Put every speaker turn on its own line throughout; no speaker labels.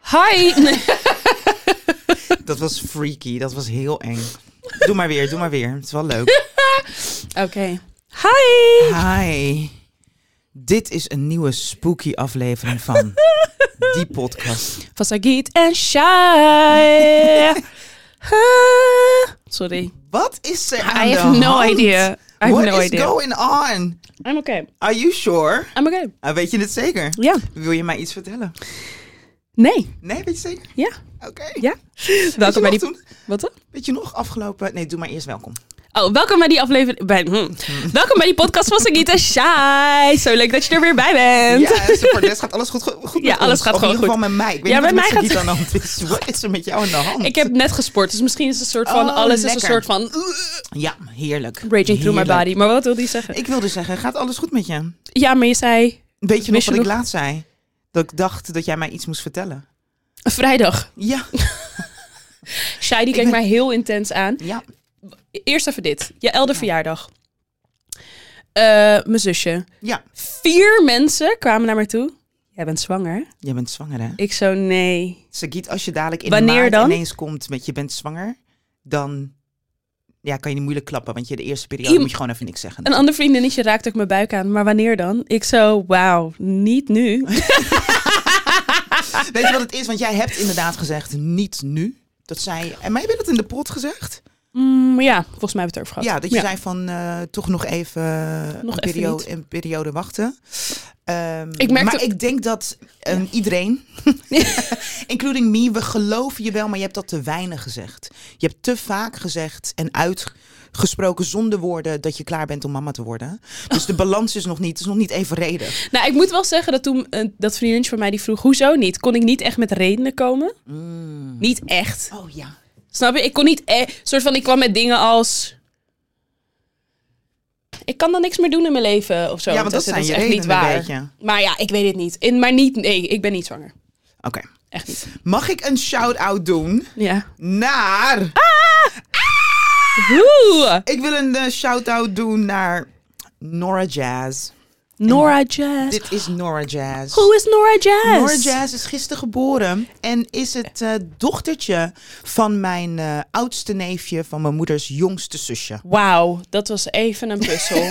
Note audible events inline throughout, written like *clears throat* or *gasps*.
*laughs* Hi! Nee.
Dat was freaky, dat was heel eng. Doe maar weer, doe maar weer. Het is wel leuk.
Oké. Hi!
Hi. Dit is een nieuwe spooky aflevering van die podcast.
Van Sagiet en *laughs* Shai. Ah. Sorry.
Wat is er aan
I
de
have no
hand?
idea. I have
What
no
is
idea.
going on?
I'm okay.
Are you sure?
I'm okay.
Ah, weet je het zeker?
Ja.
Wil je mij iets vertellen?
Nee.
Nee, weet je zeker?
Ja.
Oké.
*laughs* Ja.
Weet, je
Welkom bij
nog
die...
toen-
Wat dan?
weet je nog afgelopen... Nee, doe maar eerst welkom.
Oh, welkom bij die aflevering... Bij... hm. Welkom bij die podcast van Sagiet en Shai. Zo leuk dat je er weer bij bent.
Ja, super. Dus gaat alles goed, goed goed
Ja,
met
alles
ons.
gaat
Of
gewoon
in ieder geval met mij. Ik weet
Ja,
niet
bij
wat
mij gaat-
met Sagiet aan de hand
*laughs*
is. Wat is er met jou aan de hand?
Ik heb net gesport, dus misschien is het een soort van...
Oh,
alles is
lekker.
een soort van...
Ja, heerlijk.
Raging through my
Heerlijk.
body. Maar wat wil die zeggen?
Ik wilde zeggen, gaat alles goed met je?
Ja, maar je zei...
Weet je nog
Wist
wat
je
ik
nog-
laatst zei? Dat ik dacht dat jij mij iets moest vertellen.
Vrijdag.
Ja,
Shai die keek
ben-
mij heel intens aan.
ja.
Eerst even dit. Je elder verjaardag. Eh, mijn zusje.
Ja,
Vier mensen kwamen naar mij toe. Jij bent zwanger.
je bent zwanger hè?
Ik zo, nee.
Sagiet, als je dadelijk in
Wanneer
maart
dan?
ineens komt met je bent zwanger, dan ja, kan je niet moeilijk klappen. Want je de eerste periode
Iem-
moet je gewoon even niks zeggen.
Een ander vriendinnetje raakte ook mijn buik aan. Maar wanneer dan? Ik zo, wauw, niet nu.
Weet je wat het is? Want jij hebt inderdaad gezegd, niet nu. Dat zei, en mij heb je dat in de pot gezegd?
Mm, ja, volgens mij hebben we het erover gehad.
Ja, dat je zei van eh, toch nog even, eh,
Nog
een,
even
periode,
niet.
een periode wachten. Ehm,
Ik merk
maar
dat-
ik denk dat ehm, iedereen,
*laughs*
*laughs* including me, we geloven je wel, maar je hebt dat te weinig gezegd. Je hebt te vaak gezegd en uitgesproken zonder woorden dat je klaar bent om mama te worden. Dus de
*laughs*
balans is nog niet, het is nog niet evenredig.
Nou, ik moet wel zeggen dat toen eh, dat vriendinnetje van mij die vroeg, hoezo niet? Kon ik niet echt met redenen komen?
Mm.
Niet echt.
Oh ja.
Snap je? Ik kon niet. Eh, soort van, ik kwam met dingen als. Ik kan dan niks meer doen in mijn leven of zo.
Ja, want dat zijn je redenen een beetje.
Maar ja, ik weet het niet. In, maar niet, nee, ik ben niet zwanger.
Oké.
Echt niet.
Mag ik een shout-out doen
Ja.
naar...
Oeh,
Ik wil een eh, shout-out doen naar Nora Jazz.
Nora Jazz.
Dit is Nora Jazz.
Hoe is Nora Jazz?
Nora Jazz is gisteren geboren en is het eh, dochtertje van mijn eh, oudste neefje, van mijn moeders jongste zusje.
Wauw, dat was even een puzzel.
*laughs*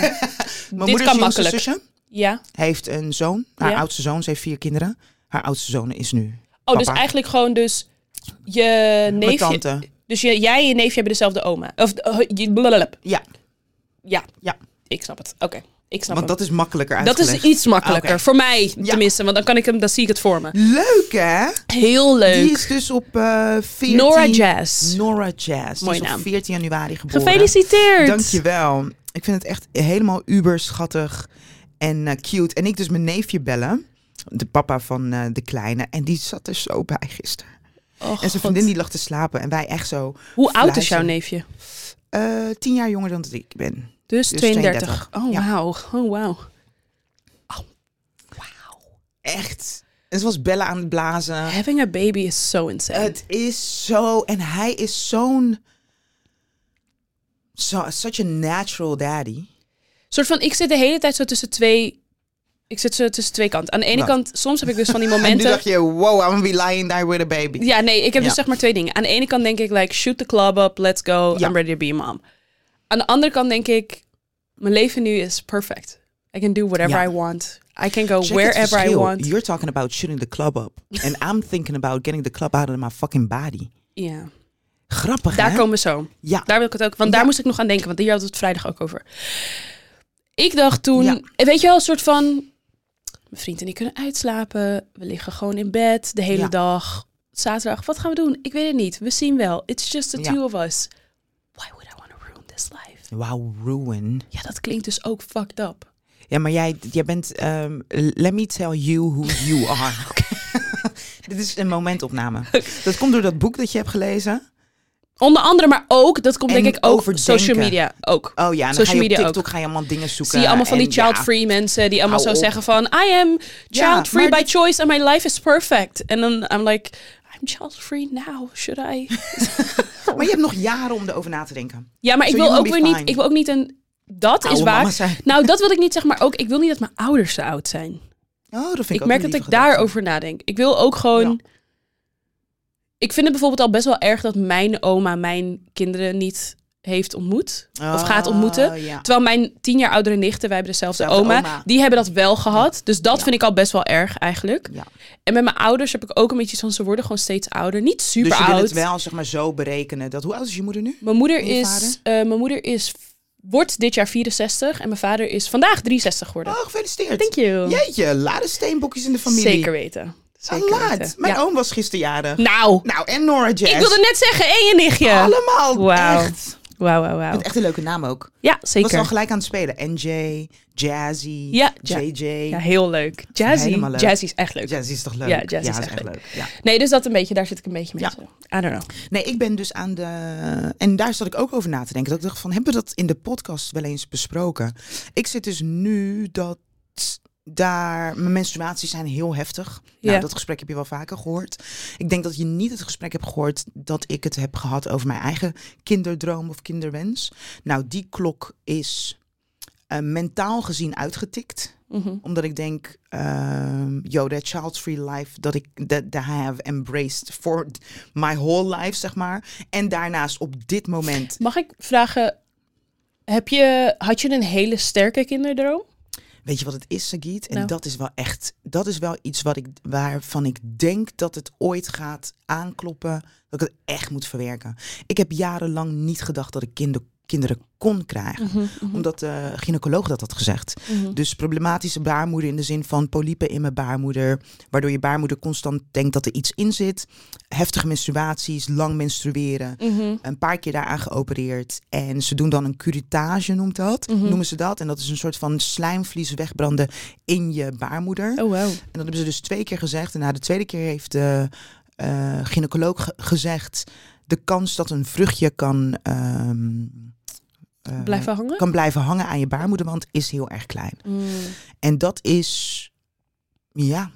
Mijn
Dit
moeders
kan
jongste
makkelijk.
zusje
ja.
heeft een zoon, haar
Ja.
oudste zoon, ze heeft vier kinderen. Haar oudste zoon is nu
Oh, dus
Papa.
eigenlijk gewoon dus je
mijn
neefje.
tante.
Dus je, jij en je neefje hebben dezelfde oma. Of eh, je- blablabla.
Ja,
ja,
ja,
ik snap het. Oké, ik snap
want
het.
dat is makkelijker
Dat
uitgelegd.
is iets makkelijker.
Oké.
Voor mij tenminste, want dan kan ik hem, dan zie ik het voor me.
Leuk hè?
Heel
Die
leuk.
is dus op eh 14...
Nora Jazz.
Nora Jazz. Die
Mooie
is op
naam.
14 januari geboren.
Gefeliciteerd.
Dankjewel. Ik vind het echt helemaal uber schattig en eh, cute. En ik dus mijn neefje bellen, de papa van eh, de kleine. En die zat er zo bij gisteren.
Och,
en zijn
Oh, God.
vriendin die lag te slapen. En wij echt zo,
Hoe oud is jouw
fluiten.
neefje?
eh, tien jaar jonger dan dat ik ben.
Dus,
Dus
32.
32.
Oh,
Ja.
wauw. Oh, wauw.
Echt. En ze was bellen aan het blazen.
Having a baby is so insane.
Het is zo... En hij is zo'n... zo- such a natural daddy.
soort van, ik zit de hele tijd zo tussen twee... Ik zit zo tussen twee kanten. Aan de ene
Wat?
kant, soms heb ik dus van die
Nou. *laughs* En nu
momenten...
dacht je, wow, I'm gonna be lying there with a baby.
Ja, nee, ik heb
Ja.
dus zeg maar twee dingen. Aan de ene kant denk ik, like, shoot the club up, let's go,
Ja.
I'm ready to be a mom. Aan de andere kant denk ik, mijn leven nu is perfect. I can do whatever
Ja.
I want. I can go
Check het
wherever I
verschil.
want.
You're talking about shooting the club
*laughs*
up. And I'm thinking about getting the club out of my fucking body.
Ja,
Grappig,
daar
hè?
komen we zo.
Ja.
Daar wil ik het ook, want daar
Ja.
moest ik nog aan denken, want hier hadden we het vrijdag ook over. Ik dacht toen, eh,
Ja.
weet je wel, een soort van, mijn vriend en ik kunnen uitslapen, we liggen gewoon in bed de hele
Ja.
dag. Zaterdag, wat gaan we doen? Ik weet het niet. We zien wel. It's just the
Ja.
two of us. Why would I want to ruin this life?
Wow, ruin.
Ja, dat klinkt dus ook fucked up.
Ja, maar jij, jij bent... ehm, let me tell you who
*laughs*
you are. *laughs* Dit is een momentopname. Dat komt door dat boek dat je hebt gelezen.
Onder andere, maar ook, dat komt
En
denk ik ook
overdenken.
social media ook.
Oh ja, en dan
Social
ga je op
media ook.
TikTok ga je allemaal dingen zoeken.
Zie je allemaal van die
en ja.
child-free mensen die allemaal
Hou
zo
op.
zeggen van... I am
Ja,
child-free
maar
by
dit-
choice and my life is perfect. En dan I'm like, I'm child-free now, should
*laughs*
I?
Maar je hebt nog jaren om erover na te denken.
ja, maar ik
So
wil
you
ook
will
weer
be
niet...
fine.
Ik wil ook niet een... Dat is
Oude
waar.
mama zijn. *laughs*
Nou, dat wil ik niet zeg maar ook. Ik wil niet dat mijn ouders te oud zijn.
Oké. Oh, dat vind ik,
Ik
ook
merk
een
dat ik
lieve gedachte.
daarover nadenk. Ik wil ook gewoon. Ik vind het bijvoorbeeld al best wel erg dat mijn oma mijn kinderen niet heeft ontmoet. Of gaat ontmoeten.
Oh, ja.
Terwijl mijn tien jaar oudere nichten, wij hebben dezelfde
Zelfde
oma,
oma.
die hebben dat wel gehad. Dus dat
Ja.
vind ik al best wel erg eigenlijk.
Ja.
En met mijn ouders heb ik ook een beetje iets van, ze worden gewoon steeds ouder. Niet super
Dus je wil
oud.
het wel zeg maar zo berekenen. Dat, hoe oud is je moeder nu?
Mijn moeder,
En je
is,
vader?
eh, mijn moeder is, wordt dit jaar 64 en mijn vader is vandaag 63 geworden.
Oh, gefeliciteerd.
Thank you.
Jeetje, lade steenbokjes in de familie.
Zeker weten.
Ah,
Zeker
laat.
weten.
Mijn
Ja.
oom was gisterjarig.
Nou,
Nou, en Nora Jazz.
ik wilde net zeggen, en je nichtje.
Allemaal,
Wauw.
echt.
Wauw, wauw, wauw.
Met echt een leuke naam ook.
Ja,
Ik was al
zeker.
gelijk aan het spelen. NJ, Jazzy,
Ja, ja.
JJ.
Ja, heel leuk. Jazzy.
Helemaal leuk.
Jazzy is echt leuk.
Jazzy is toch leuk?
Ja, Jazzy is echt leuk.
Ja.
Nee, dus dat een beetje, daar zit ik een beetje mee.
Ja.
zo. I don't know.
Nee, ik ben dus aan de... En daar zat ik ook over na te denken. Dat ik dacht van, hebben we dat in de podcast wel eens besproken? Ik zit dus nu dat daar... Mijn menstruaties zijn heel heftig.
Ja.
Nou, dat gesprek heb je wel vaker gehoord. Ik denk dat je niet het gesprek hebt gehoord dat ik het heb gehad over mijn eigen kinderdroom of kinderwens. Nou, die klok is eh, mentaal gezien uitgetikt
Mhm.
omdat ik denk, ehm yo, that child-free life dat ik that, that I have embraced for my whole life, zeg maar. En daarnaast op dit moment
Mag ik vragen, heb je, had je een hele sterke kinderdroom?
Weet je wat het is, Sagit? En
Nou.
dat is wel echt, dat is wel iets wat ik, waarvan ik denk dat het ooit gaat aankloppen. Dat ik het echt moet verwerken. Ik heb jarenlang niet gedacht dat ik kinder, kinderen kon krijgen. Omdat de gynaecoloog dat had gezegd.
Mhm.
Dus problematische baarmoeder in de zin van polypen in mijn baarmoeder. Waardoor je baarmoeder constant denkt dat er iets in zit. Heftige menstruaties, lang menstrueren
Mhm.
een paar keer daaraan geopereerd. En ze doen dan een curettage, noemt dat, noemen ze dat. En dat is een soort van slijmvlies wegbranden in je baarmoeder.
Oh, wow.
En dat hebben ze dus twee keer gezegd. En na de tweede keer heeft de eh gynaecoloog ge- gezegd... de kans dat een vruchtje kan, ehm, eh,
Blijven hangen?
kan blijven hangen aan je baarmoederwand is heel erg klein.
Mm.
En dat is... Ja,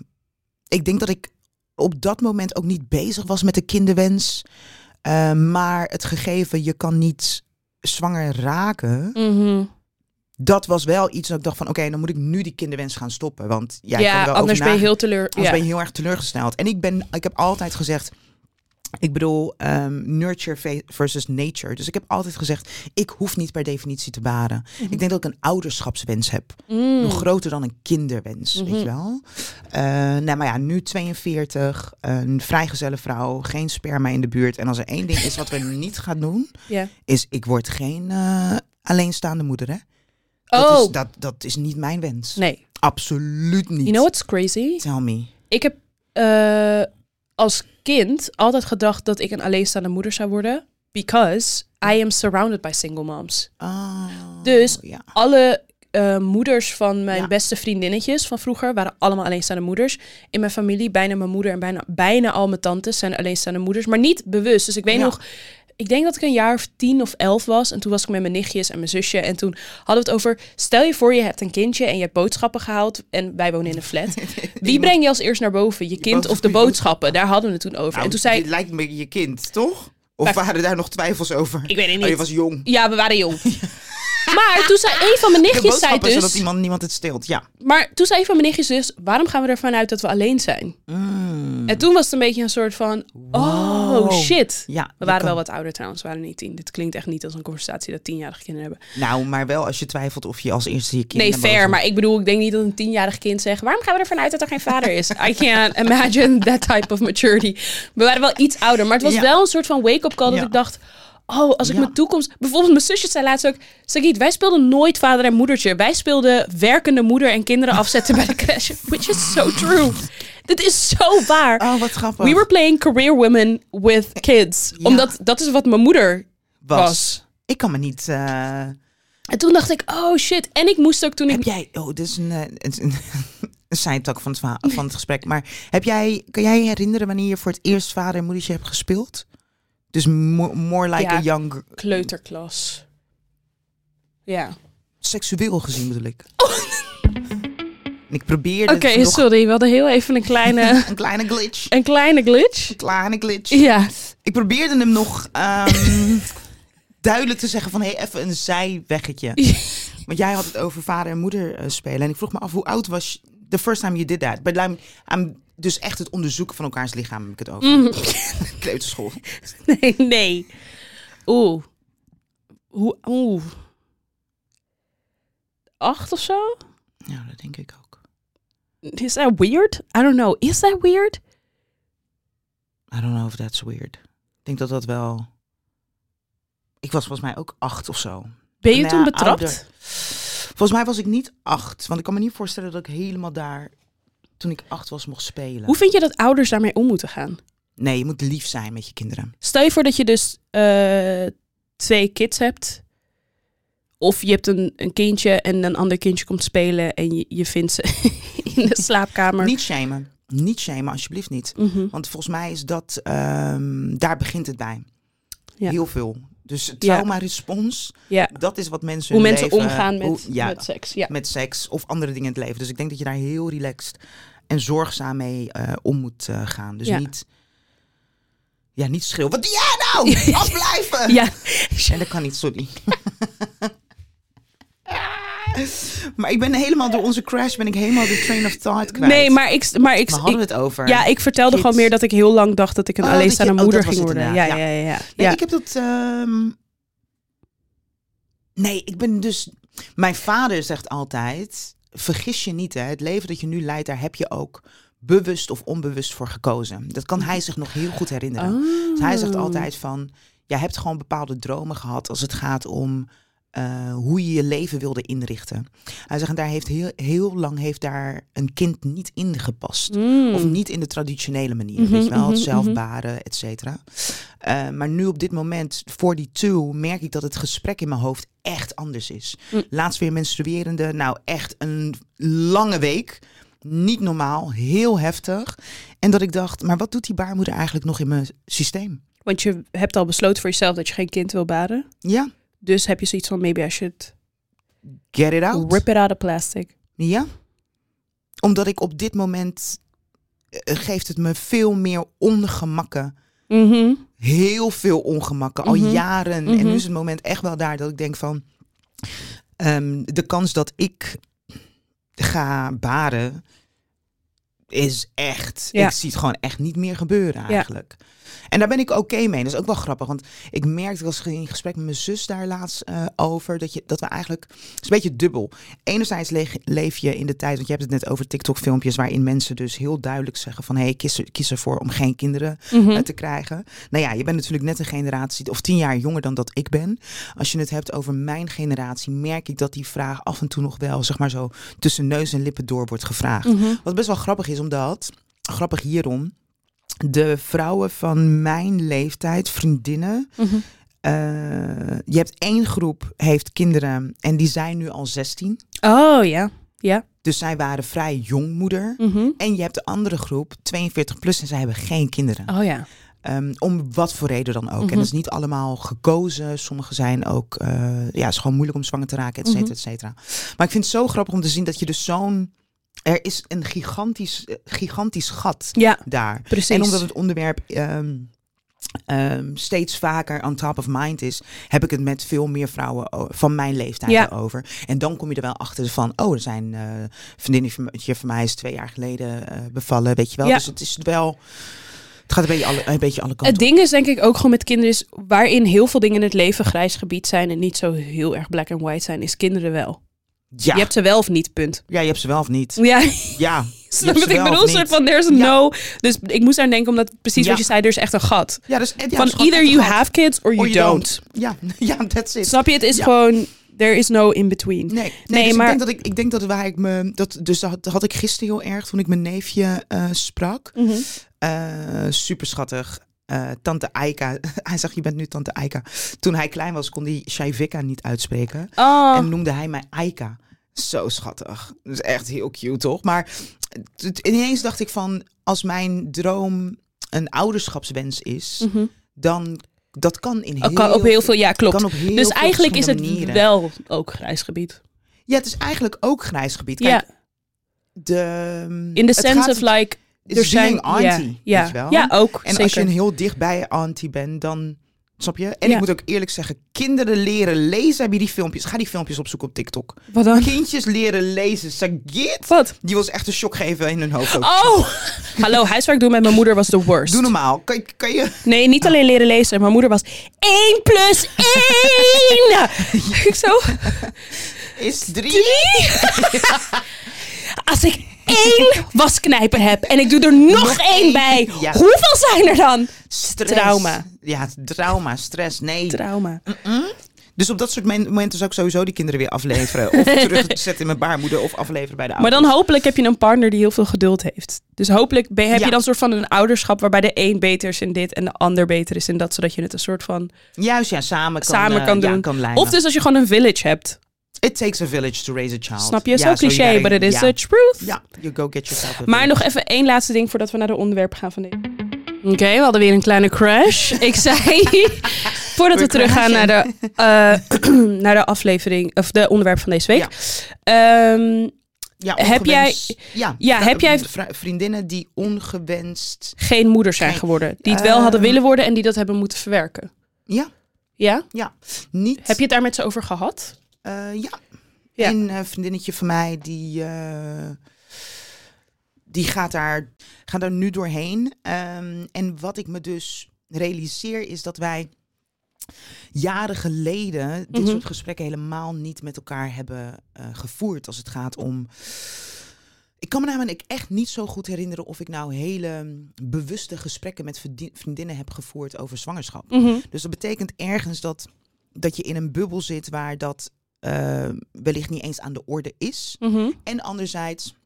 ik denk dat ik op dat moment ook niet bezig was met de kinderwens. Eh, maar het gegeven, je kan niet zwanger raken.
Mhm.
Dat was wel iets dat ik dacht van... Oké, dan moet ik nu die kinderwens gaan stoppen. Want
Ja,
ja, ik kan er wel
anders
over
ben je
nadenken.
heel teleur.
Anders
ja.
ben je heel erg teleurgesteld. En ik, ben, ik heb altijd gezegd... Ik bedoel, ehm, nurture ve- versus nature. Dus ik heb altijd gezegd, ik hoef niet per definitie te baren. Ik denk dat ik een ouderschapswens heb.
Mm.
Nog groter dan een kinderwens,
Mhm.
weet je wel. Eh, nou, maar ja, nu 42, een vrijgezelle vrouw, geen sperma in de buurt. En als er één ding is wat we niet gaan doen,
Ja.
is ik word geen eh, alleenstaande moeder, hè. Dat,
Oh,
is, dat, dat is niet mijn wens.
nee.
Absoluut niet.
You know what's crazy?
Tell me.
Ik heb eh, als kind altijd gedacht dat ik een alleenstaande moeder zou worden. Because I am surrounded by single moms.
Ah,
Dus-
Ja.
Alle eh, moeders van mijn
Ja.
beste vriendinnetjes van vroeger waren allemaal alleenstaande moeders. In mijn familie, bijna mijn moeder en bijna, bijna al mijn tantes zijn alleenstaande moeders. Maar niet bewust. Dus ik weet
Ja.
nog, ik denk dat ik een jaar of tien of elf was. En toen was ik met mijn nichtjes en mijn zusje. En toen hadden we het over, stel je voor je hebt een kindje en je hebt boodschappen gehaald. En wij wonen in een
*laughs*
flat. Wie breng je als eerst naar boven? Je kind of de
boodschappen.
boodschappen? Daar hadden we het toen over.
Nou,
en toen zei
Dit lijkt me je kind, toch? Of waren daar nog twijfels over?
ik weet het
Oh, je
niet.
was jong.
Ja, we waren
*laughs*
jong. maar toen zei een van mijn
De
nichtjes zei
boodschap is
dus,
zodat iemand, niemand het steelt, ja.
maar toen zei een van mijn nichtjes dus, waarom gaan we ervan uit dat we alleen zijn?
Mm.
En toen was het een beetje een soort van, oh
Mhm. Wow.
shit.
Ja,
We
dat
waren
kan.
wel wat ouder trouwens, we waren niet tien. Dit klinkt echt niet als een conversatie dat tienjarige kinderen hebben.
Nou, maar wel als je twijfelt of je als eerste je kind...
Nee,
naar
fair.
boven-
Maar ik bedoel, ik denk niet dat een tienjarig kind zegt... waarom gaan we ervan uit dat er geen vader is? *laughs* I can't imagine that type of maturity. We waren wel iets ouder. Maar het was
Ja.
wel een soort van wake-up call dat
Ja.
ik dacht... oh, als ik
Ja.
mijn toekomst... Bijvoorbeeld mijn zusje zei laatst ook... Sagit, wij speelden nooit vader en moedertje. Wij speelden werkende moeder en kinderen afzetten bij de crash. *laughs* Which is so true. Dit is zo waar.
Oh, wat grappig.
We were playing career women with kids.
Ja.
Omdat dat is wat mijn moeder was.
Ik kan me niet... eh,
En toen dacht ik, oh shit. En ik moest ook toen ik...
Heb jij... Oh, dit is een, eh, het is een, *laughs* een zijtak van het, verhaal- van het gesprek. Maar heb jij, kan jij je herinneren wanneer je voor het eerst vader en moedertje hebt gespeeld? Dus mo- more like
Ja.
a young... gr-
kleuterklas. Ja.
Seksueel gezien bedoel ik. En ik probeerde
Oh. Oké,
het nog
sorry. eh. We hadden heel even een *laughs* kleine,
Een kleine glitch.
een kleine glitch.
Een kleine glitch.
Ja.
Ik probeerde hem nog ehm, duidelijk te zeggen van... hé, hey, even een zijweggetje. Want jij had het over vader en moeder eh, spelen. En ik vroeg me af, hoe oud was the first time you did that. But I'm, I'm dus echt het onderzoeken van elkaars lichaam heb ik het over.
Mhm. Mm.
Kleuterschool.
*laughs* Nee, nee. Oeh. Hoe, oeh. Acht of zo?
Ja, dat denk ik ook.
Is that weird? I don't know. Is that weird?
I don't know if that's weird. Ik denk dat dat wel... Ik was volgens mij ook acht of zo.
Ben je
Nou
toen
ja,
betrapt?
ouder. Volgens mij was ik niet acht. Want ik kan me niet voorstellen dat ik helemaal daar, toen ik acht was, mocht spelen.
Hoe vind je dat ouders daarmee om moeten gaan?
Nee, je moet lief zijn met je kinderen.
Stel je voor dat je dus eh, twee kids hebt. Of je hebt een, een kindje en een ander kindje komt spelen en je, je vindt ze *laughs* in de slaapkamer.
Niet shamen. Niet shamen, alsjeblieft niet.
Mhm.
Want volgens mij is dat, ehm, daar begint het bij.
Ja.
Heel veel. Dus het
Ja.
trauma-respons,
Ja.
dat is wat mensen
Hoe
hun
mensen
leven-
omgaan met,
hoe- ja,
met seks.
*laughs*
Ja.
met seks of andere dingen in het leven. Dus ik denk dat je daar heel relaxed en zorgzaam mee eh, om moet eh, gaan. Dus
Ja.
niet, ja, niet schreeuwen. Wat doe jij
*laughs*
nou? Afblijven!
ja.
En dat kan niet, sorry. *laughs* Ah. maar ik ben helemaal door onze crash, ben ik helemaal de train of thought kwijt.
Nee, maar ik... Maar ik,
Waar hadden
ik-
we het over?
ja, ik vertelde
Kids.
gewoon meer dat ik heel lang dacht dat ik een
Oh,
alleenstaande
dat je- oh,
moeder
dat
ging
was het
worden. Ja, ja,
inderdaad,
ja. ja,
Nee,
Ja.
ik heb dat. ehm, Nee, ik ben dus. Mijn vader zegt altijd: vergis je niet, hè, het leven dat je nu leidt, daar heb je ook bewust of onbewust voor gekozen. Dat kan hij zich nog heel goed herinneren. Dus hij zegt
Oh.
altijd van, jij hebt gewoon bepaalde dromen gehad als het gaat om eh, hoe je je leven wilde inrichten. Hij zegt, en daar heeft heel, heel lang heeft daar een kind niet in gepast.
Mm.
Of niet in de traditionele manier,
Mhm,
weet je wel,
mhm,
het zelfbaren, et cetera. Eh, maar nu op dit moment, voor die two, merk ik dat het gesprek in mijn hoofd echt anders is.
Mm.
Laatst weer menstruerende, nou echt een lange week. Niet normaal, heel heftig. En dat ik dacht, maar wat doet die baarmoeder eigenlijk nog in mijn systeem?
Want je hebt al besloten voor jezelf dat je geen kind wil baden.
Ja,
Dus heb je zoiets van, maybe I should
get it out.
rip it out of plastic.
Ja. Omdat ik op dit moment eh, geeft het me veel meer ongemakken.
Mhm.
Heel veel ongemakken, al
Mhm.
jaren. En
Mhm.
nu is het moment echt wel daar dat ik denk van... ehm, de kans dat ik ga baren is echt...
Ja.
Ik zie het gewoon echt niet meer gebeuren eigenlijk. En daar ben ik oké mee. Dat is ook wel grappig. Want ik merkte, ik was in gesprek met mijn zus daar laatst eh, over... Dat, je, dat we eigenlijk... Het is een beetje dubbel. Enerzijds leeg- leef je in de tijd... Want je hebt het net over TikTok-filmpjes... waarin mensen dus heel duidelijk zeggen van... hé, hey, kies, er- kies ervoor om geen kinderen
Mhm.
eh, te krijgen. Nou ja, je bent natuurlijk net een generatie of tien jaar jonger dan dat ik ben. Als je het hebt over mijn generatie, merk ik dat die vraag af en toe nog wel, zeg maar zo, tussen neus en lippen door wordt gevraagd.
Mhm.
Wat best wel grappig is, omdat, grappig hierom, de vrouwen van mijn leeftijd, vriendinnen,
Mhm.
eh, je hebt één groep heeft kinderen en die zijn nu al 16.
Oh ja, ja.
Dus zij waren vrij jong moeder.
Mhm.
En je hebt de andere groep, 42 plus, en zij hebben geen kinderen.
Oh ja.
Ehm, om wat voor reden dan ook.
Mhm.
En dat is niet allemaal gekozen. Sommige zijn ook, eh, ja, het is gewoon moeilijk om zwanger te raken, et cetera,
Mhm.
et cetera. Maar ik vind het zo grappig om te zien dat je dus zo'n, er is een gigantisch, eh, gigantisch gat
Ja,
daar.
precies.
En omdat het onderwerp ehm, ehm, steeds vaker on top of mind is, heb ik het met veel meer vrouwen o- van mijn leeftijd
Ja.
over. En dan kom je er wel achter van, oh, er zijn eh vriendinnen van, je van mij is twee jaar geleden eh, bevallen, weet je wel.
Ja.
Dus het is wel, het gaat een beetje alle, een beetje alle kanten
Het ding is denk ik ook gewoon met kinderen is waarin heel veel dingen in het leven grijs gebied zijn en niet zo heel erg black and white zijn, is kinderen wel.
op. Ja.
Je hebt ze wel of niet, punt.
ja, je hebt ze wel of niet.
*laughs* Ja,
Ja, *laughs*
snap
hebt
wat ik
ze wel
bedoel,
of
soort
niet.
van there's a
Ja.
no. Dus ik moest aan denken omdat precies
Ja.
wat je zei, er is echt een gat.
ja dus, ja, dat is
Van
gewoon
either
echt
you
gehad.
have kids or you,
Or you
don't.
don't. Ja, *laughs* ja, that's it.
Snap je? Het is
Ja.
gewoon there is no in between.
Nee, nee,
Nee,
dus
maar-
ik denk dat ik, ik denk dat waar ik me, dat, dus dat had ik gisteren heel erg toen ik mijn neefje eh, sprak.
Mhm.
Eh, super schattig. Eh, tante Aika, *laughs* hij zag je bent nu tante Aika. Toen hij klein was kon hij Shaivika niet uitspreken.
Oh.
En noemde hij mij Aika. Zo schattig. Dat is echt heel cute, toch? Maar t- t- ineens dacht ik van, als mijn droom een ouderschapswens is,
Mhm.
dan dat kan in heel,
Kan op heel veel, ja klopt.
kan op heel
Dus
veel
eigenlijk is het
verschillende manieren.
wel ook grijs gebied.
Ja, het is eigenlijk ook grijs gebied.
ja,
Kijk, de,
in the
het
sense
gaat-
of like
het is being auntie,
ja,
weet je wel?
Ja, ook.
En
zeker.
als je een heel dichtbij auntie bent, dan Snap je? En
Ja.
ik moet ook eerlijk zeggen, kinderen leren lezen hebben die filmpjes. Ga die filmpjes opzoeken op TikTok.
Wat dan?
Kindjes leren lezen. Sagit.
Wat?
Die was echt een shock geven in hun hoofd ook.
Oh! *laughs* Hallo, huiswerk doen met mijn moeder was de worst.
Doe normaal. Kan, kan je...
Nee, niet alleen leren lezen. Mijn moeder was 1 plus
*laughs*
1. ik zo,
Is drie?
3. Als ik
*laughs*
één wasknijper heb en ik doe er nog,
Nog
één
één.
bij,
Ja.
hoeveel zijn er dan?
Stress.
Trauma.
Ja, trauma, stress. Nee.
Trauma.
dus op dat soort men- momenten zou ik sowieso die kinderen weer afleveren.
*laughs*
Of terugzetten in mijn baarmoeder of afleveren bij de
Maar
ouders.
dan hopelijk heb je een partner die heel veel geduld heeft. Dus hopelijk ben- heb
Ja.
je dan soort van een ouderschap waarbij de een beter is in dit en de ander beter is in dat, zodat je het een soort van
Juist, ja, samen kan,
samen
eh,
kan
ja,
doen.
kan lijmen.
of dus als je gewoon een village hebt.
It takes a village to raise a child.
Snap je?
Ja,
Zo cliché,
iedereen-
but it is
ja.
the truth.
Ja, you go get yourself a
Maar
village.
nog even één laatste ding voordat we naar de onderwerp gaan van deze. Oké, we hadden weer een kleine
*laughs*
crash. Ik zei, voordat we
We
teruggaan naar de, eh, *clears throat* naar de aflevering, of de onderwerp van deze week. Ehm,
Ja,
heb jij-
ongewenst- Ja,
ja,
vri-
heb jij-
vri- Vriendinnen die ongewenst...
geen moeder zijn
Geen-
geworden. Die het wel
Eh.
hadden willen worden en die dat hebben moeten verwerken.
Ja,
Ja?
ja. Niet...
Heb je het daar met ze over gehad?
eh, ja.
Ja.
Een eh, vriendinnetje van mij die... eh, die gaat daar, gaat daar nu doorheen. Ehm, en wat ik me dus realiseer is dat wij jaren geleden dit
Mhm.
soort gesprekken helemaal niet met elkaar hebben eh, gevoerd als het gaat om. Ik kan me namelijk echt niet zo goed herinneren of ik nou hele mm, bewuste gesprekken met verdien- vriendinnen heb gevoerd over zwangerschap.
Mhm.
Dus dat betekent ergens dat, dat je in een bubbel zit waar dat eh, wellicht niet eens aan de orde is.
Mhm.
En anderzijds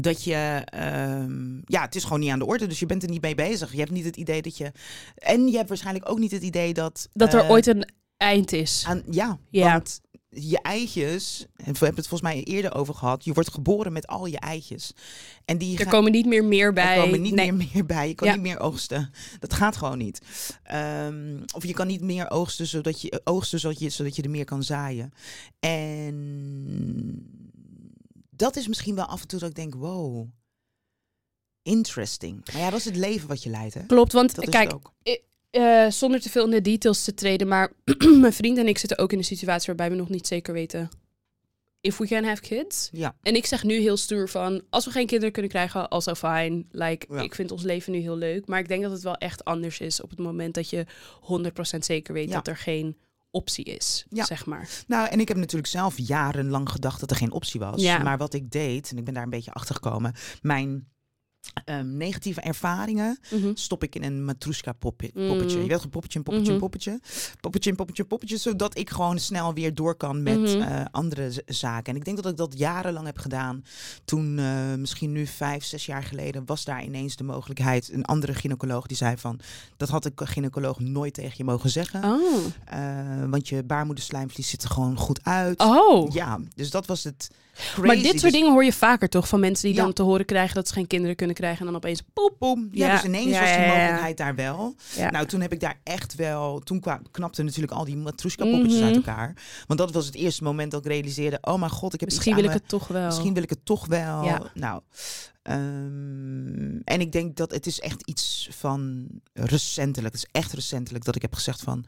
dat je, ehm, ja, het is gewoon niet aan de orde, dus je bent er niet mee bezig. Je hebt niet het idee dat je, en je hebt waarschijnlijk ook niet het idee dat...
Dat er
eh,
ooit een eind is.
Aan, ja,
Ja.
want je eitjes, en we hebben het volgens mij eerder over gehad, je wordt geboren met al je eitjes. En die
Er
gaan-
komen niet meer meer bij.
er komen niet
Nee.
meer, meer bij. Je kan
Ja.
niet meer oogsten. Dat gaat gewoon niet. Ehm, of je kan niet meer oogsten zodat je, oogsten zodat je, zodat je er meer kan zaaien. En dat is misschien wel af en toe dat ik denk, wow, interesting. Maar ja, dat is het leven wat je leidt, hè?
Klopt, want
Dat is
kijk,
het ook.
eh, zonder te veel in de details te treden, maar *clears throat* mijn vriend en ik zitten ook in een situatie waarbij we nog niet zeker weten if we can have kids.
Ja.
En ik zeg nu heel stoer van, als we geen kinderen kunnen krijgen, also fine. Like,
Ja.
ik vind ons leven nu heel leuk, maar ik denk dat het wel echt anders is op het moment dat je 100% zeker weet
Ja.
dat er geen optie is,
Ja.
zeg maar.
Nou, en ik heb natuurlijk zelf jarenlang gedacht dat er geen optie was.
Ja.
Maar wat ik deed, en ik ben daar een beetje achter gekomen, mijn ehm, negatieve ervaringen
Mhm.
stop ik in een matroeska poppetje.
Mm.
Je weet een poppetje, een poppetje, een
Mhm.
poppetje. Poppetje, een poppetje, een poppetje. Zodat ik gewoon snel weer door kan met
Mhm.
eh, andere z- zaken. En ik denk dat ik dat jarenlang heb gedaan. Toen, eh, misschien nu vijf, zes jaar geleden, was daar ineens de mogelijkheid. Een andere gynaecoloog die zei van, dat had een gynaecoloog nooit tegen je mogen zeggen.
Oh.
Eh, want je baarmoederslijmvlies ziet er gewoon goed uit.
oh.
Ja, dus dat was het crazy.
maar dit
Dus
soort dingen hoor je vaker toch, van mensen die
Ja.
dan te horen krijgen dat ze geen kinderen kunnen krijgen en dan opeens poep.
Boom. Ja,
Ja,
dus ineens
ja,
was die
ja, ja.
mogelijkheid daar wel.
Ja.
Nou, toen heb ik daar echt wel... Toen kwa- knapten natuurlijk al die matroeska-poppetjes
Mhm.
uit elkaar. Want dat was het eerste moment dat ik realiseerde... Oh mijn god, ik heb
Misschien
iets
wil
aan
ik
me-
het toch wel.
Misschien wil ik het toch wel.
Ja.
Nou, ehm, en ik denk dat het is echt iets van recentelijk... Het is echt recentelijk dat ik heb gezegd van...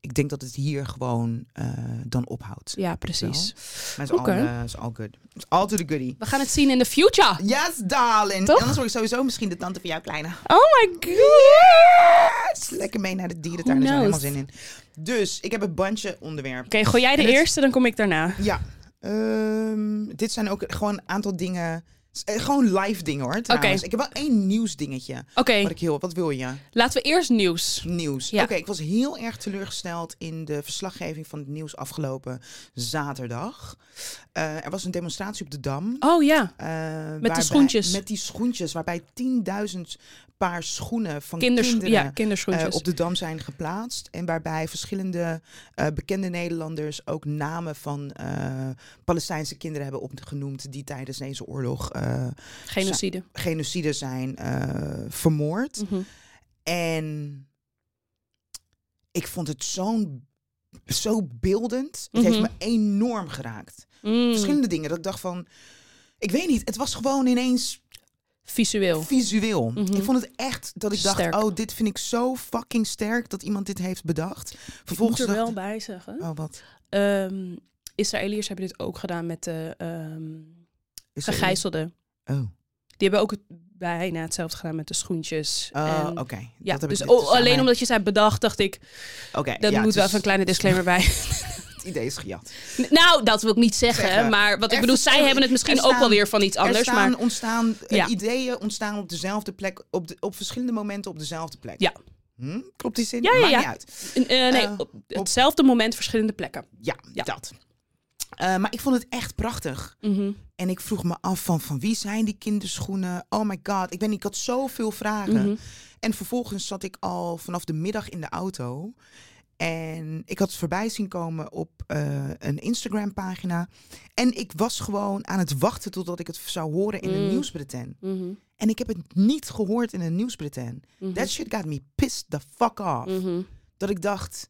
Ik denk dat het hier gewoon eh, dan ophoudt.
Ja, precies.
Maar het is
Oké.
all, eh, it's all good. It's all to the goodie.
We gaan het zien in de future.
Yes, darling.
Toch?
Anders word ik sowieso misschien de tante van jouw kleine.
Oh my god.
Yes! Lekker mee naar de
Who
dierentuin, daar is helemaal
knows?
zin in. Dus, ik heb een bandje onderwerpen.
Oké, gooi jij de
En het-
eerste, dan kom ik daarna.
Ja. Ehm, dit zijn ook gewoon een aantal dingen... eh, Gewoon live dingen hoor, trouwens. Ik heb wel één nieuwsdingetje.
Oké,
Wat, ik heel, wat wil je?
laten we eerst nieuws.
Nieuws.
Ja.
Oké, ik was heel erg teleurgesteld in de verslaggeving van het nieuws afgelopen zaterdag. Eh, er was een demonstratie op de Dam.
Oh ja,
Eh,
die
waarbij-
schoentjes.
Met die schoentjes, waarbij 10.000 paar schoenen van
kinders,
kinderen
ja,
eh,
kinderschoentjes.
op de Dam zijn geplaatst. En waarbij verschillende eh, bekende Nederlanders ook namen van eh, Palestijnse kinderen hebben opgenoemd die tijdens deze oorlog eh,
Genocide.
genocide zijn eh, vermoord.
Mhm.
En ik vond het zo'n zo beeldend. Het
Mhm.
heeft me enorm geraakt.
Mm.
Verschillende dingen dat ik dacht van, ik weet niet, het was gewoon ineens
visueel.
Visueel. Ik vond het echt dat ik dacht,
Mhm. Sterk.
oh, dit vind ik zo fucking sterk dat iemand dit heeft bedacht.
Ik moet
Vervolgens
er
dacht
wel
ik-
bij zeggen.
oh, wat?
Ehm, Israëliërs hebben dit ook gedaan met de ehm,
Is er-
gegijzelden.
Oh,
Die hebben ook het, bijna hetzelfde gedaan met de schoentjes.
Oh,
en-
oké.
Ja,
Dat heb
dus
ik
o-
dus aan
alleen
mij-
omdat je zei bedacht, dacht ik,
Oké,
dat
ja,
moet
het
wel
is-
even een kleine disclaimer bij.
*laughs*
*laughs*
Het idee is gejat.
nou, dat wil ik niet zeggen,
Zeggen.
maar wat ik
Er
bedoel, zij
verstaan-
hebben het misschien
er
ook
staan-
wel weer van iets anders,
er staan,
maar
ontstaan eh,
Ja.
ideeën ontstaan op dezelfde plek, op, de- op verschillende momenten op dezelfde plek.
Ja.
Hm? Klopt die zin?
Ja, ja,
Maakt
ja.
niet uit.
eh, eh, nee,
eh,
op hetzelfde moment verschillende plekken.
Ja,
Ja.
dat. Eh, maar ik vond het echt prachtig.
Mhm.
En ik vroeg me af van, van wie zijn die kinderschoenen? Oh my god, ik, ben, ik had zoveel vragen.
Mhm.
En vervolgens zat ik al vanaf de middag in de auto. En ik had het voorbij zien komen op eh, een Instagram pagina. En ik was gewoon aan het wachten totdat ik het zou horen in een
Mm.
nieuwsbulletin.
Mhm.
En ik heb het niet gehoord in een nieuwsbulletin.
Mhm.
That shit got me pissed the fuck off.
Mhm.
Dat ik dacht...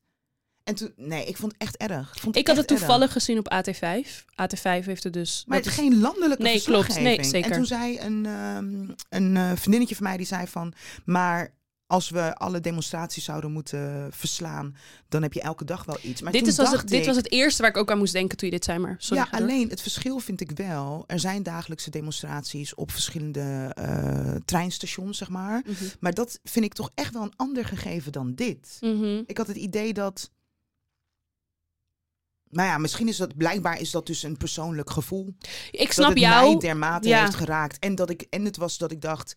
En toen, nee, ik vond het echt erg. Ik, vond
Ik had het
echt erg.
toevallig gezien op AT5. AT5 heeft het dus...
eh, Maar
dat
het
is-
is geen landelijke
Nee, klopt. Nee,
verslaggeving.
zeker.
En toen zei een, ehm, een eh, vriendinnetje van mij, die zei van... Maar als we alle demonstraties zouden moeten verslaan, dan heb je elke dag wel iets. Maar
dit,
toen
is, was
dacht
het, dit
ik,
was het eerste waar ik ook aan moest denken toen je dit zei, maar sorry.
ja,
ga door.
alleen het verschil vind ik wel. Er zijn dagelijkse demonstraties op verschillende eh, treinstations, zeg maar.
Mhm.
Maar dat vind ik toch echt wel een ander gegeven dan dit.
Mhm.
Ik had het idee dat... Nou ja, misschien is dat... Blijkbaar is dat dus een persoonlijk gevoel
Ik snap
dat het mij
jou.
dermate
Ja.
heeft geraakt. En, dat ik, en het was dat ik dacht,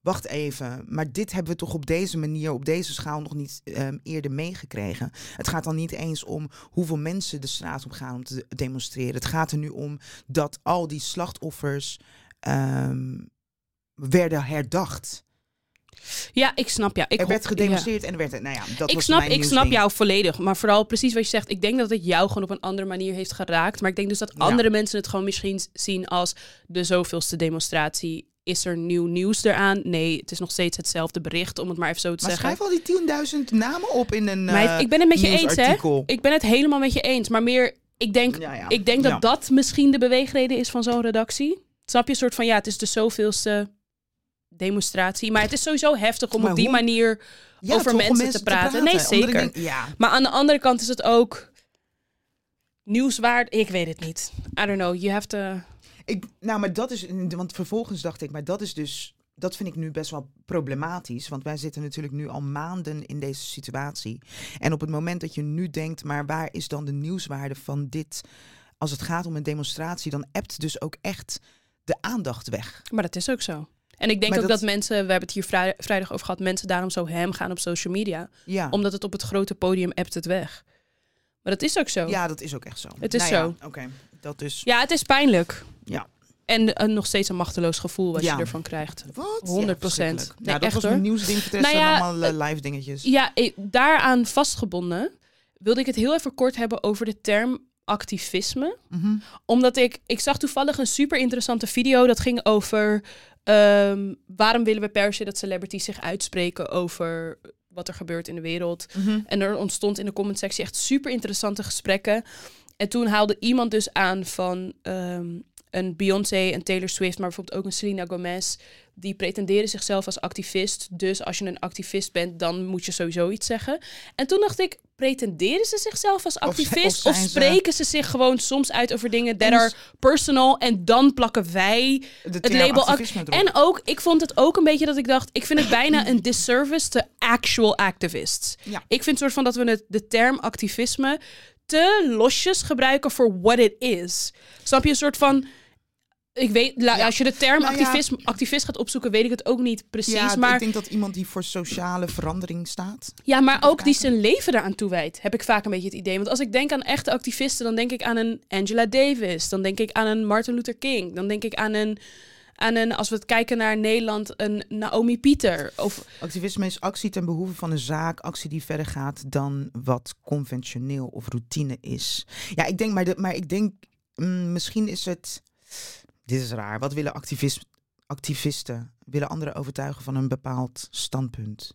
wacht even, maar dit hebben we toch op deze manier, op deze schaal nog niet ehm, eerder meegekregen. Het gaat dan niet eens om hoeveel mensen de straat op gaan om te demonstreren. Het gaat er nu om dat al die slachtoffers ehm, werden herdacht.
Ja, ik snap jou. Ik
er werd
ho-
gedemonstreerd en er werd, nou ja, dat
Ik
was
snap,
mijn
ik snap
nieuwsding.
jou volledig. Maar vooral precies wat je zegt. Ik denk dat het jou gewoon op een andere manier heeft geraakt. Maar ik denk dus dat
Ja.
andere mensen het gewoon misschien s- zien als de zoveelste demonstratie. Is er nieuw nieuws eraan? Nee, het is nog steeds hetzelfde bericht, om het maar even zo te
Maar
zeggen.
schrijf al die 10.000 namen op in een
Meid,
eh,
ik ben het met je eens, hè?
nieuwsartikel.
Ik ben het helemaal met je eens. Maar meer, ik denk,
Ja, ja.
Ik denk dat
Ja.
dat misschien de beweegreden is van zo'n redactie. Snap je? Een soort van, ja, het is de zoveelste demonstratie. Maar het is sowieso heftig om
Maar
op die
hoe-
manier...
Ja,
over
toch, om
mensen te praten. Nee,
Omdat ik
zeker.
denk, ja,
Maar aan de andere kant is het ook nieuwswaard. Ik weet het niet. I don't know. You have to...
Ik, nou, maar dat is. Want vervolgens dacht ik, maar dat is dus. Dat vind ik nu best wel problematisch. Want wij zitten natuurlijk nu al maanden in deze situatie. En op het moment dat je nu denkt, maar waar is dan de nieuwswaarde van dit? Als het gaat om een demonstratie, dan ebt dus ook echt de aandacht weg.
Maar dat is ook zo. En ik denk
Maar
ook dat...
dat-
mensen... We hebben het hier vrij- vrijdag over gehad. Mensen daarom zo hem gaan op social media.
Ja,
Omdat het op het grote podium appt het weg. Maar dat is ook zo.
ja dat is ook echt zo. Nou
Het is
ja,
zo.
Oké, dat dus.
Ja, het is pijnlijk.
Ja.
En eh, nog steeds een machteloos gevoel wat
Ja.
je ervan krijgt.
Wat?
100%.
procent.
Nee,
nou, dat
echt,
was
hoor.
mijn nieuwsding. Voor de rest
Nou
zijn
ja,
allemaal eh, live dingetjes.
Ja, eh, daaraan vastgebonden wilde ik het heel even kort hebben over de term activisme.
Mhm.
Omdat ik, ik zag toevallig een super interessante video dat ging over ehm, waarom willen we per se dat celebrities zich uitspreken over wat er gebeurt in de wereld.
Mhm.
En er ontstond in de commentsectie echt super interessante gesprekken. En toen haalde iemand dus aan van ehm, een Beyoncé, een Taylor Swift, maar bijvoorbeeld ook een Selena Gomez. Die pretenderen zichzelf als activist. Dus als je een activist bent, dan moet je sowieso iets zeggen. En toen dacht ik, pretenderen ze zichzelf als activist? Of,
of zijn ze-
spreken ze... zich gewoon soms uit over dingen that
En- dus-
are personal? En dan plakken wij
De
het
term
label
activisme erop.
en ook, ik vond het ook een beetje dat ik dacht, ik vind het bijna een disservice to actual activists.
Ja.
Ik vind soort van dat we het, de term activisme te losjes gebruiken voor what it is. Snap je, een soort van, ik weet, la-
Ja.
als je de term
Nou ja.
activisme, activist gaat opzoeken, weet ik het ook niet precies.
ja,
maar,
ik denk dat iemand die voor sociale verandering staat.
ja, maar ook die zijn leven eraan toewijdt, heb ik vaak een beetje het idee. Want als ik denk aan echte activisten, dan denk ik aan een Angela Davis. Dan denk ik aan een Martin Luther King. Dan denk ik aan een, aan een als we het kijken naar Nederland, een Naomi Pieter. Of,
Activisme is actie ten behoeve van een zaak, actie die verder gaat dan wat conventioneel of routine is. Ja, ik denk, maar, de, maar ik denk, mm, misschien is het. Dit is raar. Wat willen activis- activisten? Willen anderen overtuigen van een bepaald standpunt?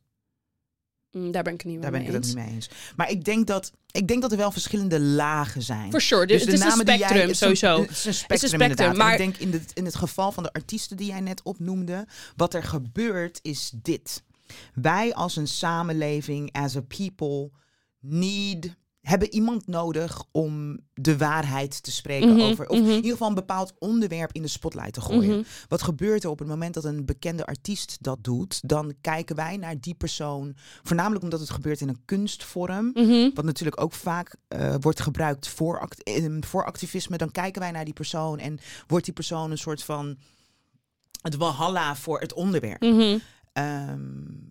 Mm, daar ben ik het niet
Daar ben
mee
ik het ook
eens.
niet mee eens. Maar ik denk dat, ik denk dat er wel verschillende lagen zijn.
For sure, dus, het is een
die jij-
spectrum
het is een-
sowieso.
Het is een spectrum,
spectrum,
inderdaad.
maar-
Maar... Ik denk in, dit- in het geval van de artiesten die jij net opnoemde, wat er gebeurt is dit. Wij als een samenleving, as a people, need, hebben iemand nodig om de waarheid te spreken
Mhm,
over, of
mhm.
in ieder geval een bepaald onderwerp in de spotlight te gooien.
Mhm.
Wat gebeurt er op het moment dat een bekende artiest dat doet? Dan kijken wij naar die persoon, voornamelijk omdat het gebeurt in een kunstvorm.
Mhm.
Wat natuurlijk ook vaak eh, wordt gebruikt voor, act- eh, voor activisme. Dan kijken wij naar die persoon en wordt die persoon een soort van het walhalla voor het onderwerp.
Mhm.
Ehm,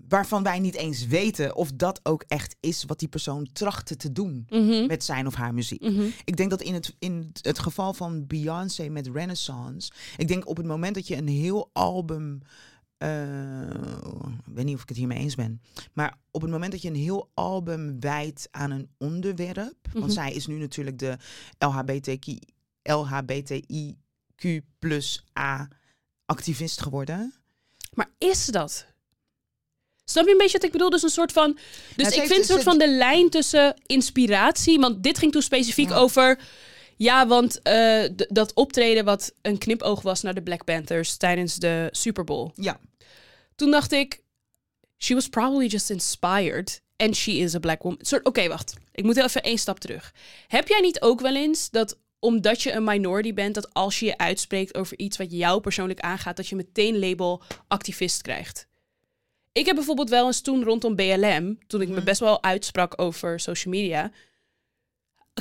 waarvan wij niet eens weten of dat ook echt is wat die persoon trachtte te doen
Mhm.
met zijn of haar muziek.
Mhm.
Ik denk dat in het, in het geval van Beyoncé met Renaissance. Ik denk op het moment dat je een heel album. eh, ik weet niet of ik het hiermee eens ben. Maar op het moment dat je een heel album wijdt aan een onderwerp.
Mhm.
Want zij is nu natuurlijk de LHBTQ, LHBTIQ plus A activist geworden.
Maar is dat? Snap je een beetje wat ik bedoel? Dus een soort van. Dus
ze
ik
heeft-
vind een soort
ze-
van de lijn tussen inspiratie. Want dit ging toen specifiek
Ja.
over. Ja, want eh, d- dat optreden wat een knipoog was naar de Black Panthers tijdens de Super Bowl.
Ja,
Toen dacht ik. She was probably just inspired. And she is a black woman. Soort- Oké, wacht. Ik moet heel even één stap terug. Heb jij niet ook wel eens dat omdat je een minority bent, dat als je je uitspreekt over iets wat jou persoonlijk aangaat, dat je meteen label activist krijgt? Ik heb bijvoorbeeld wel eens toen rondom BLM, toen ik me best wel uitsprak over social media,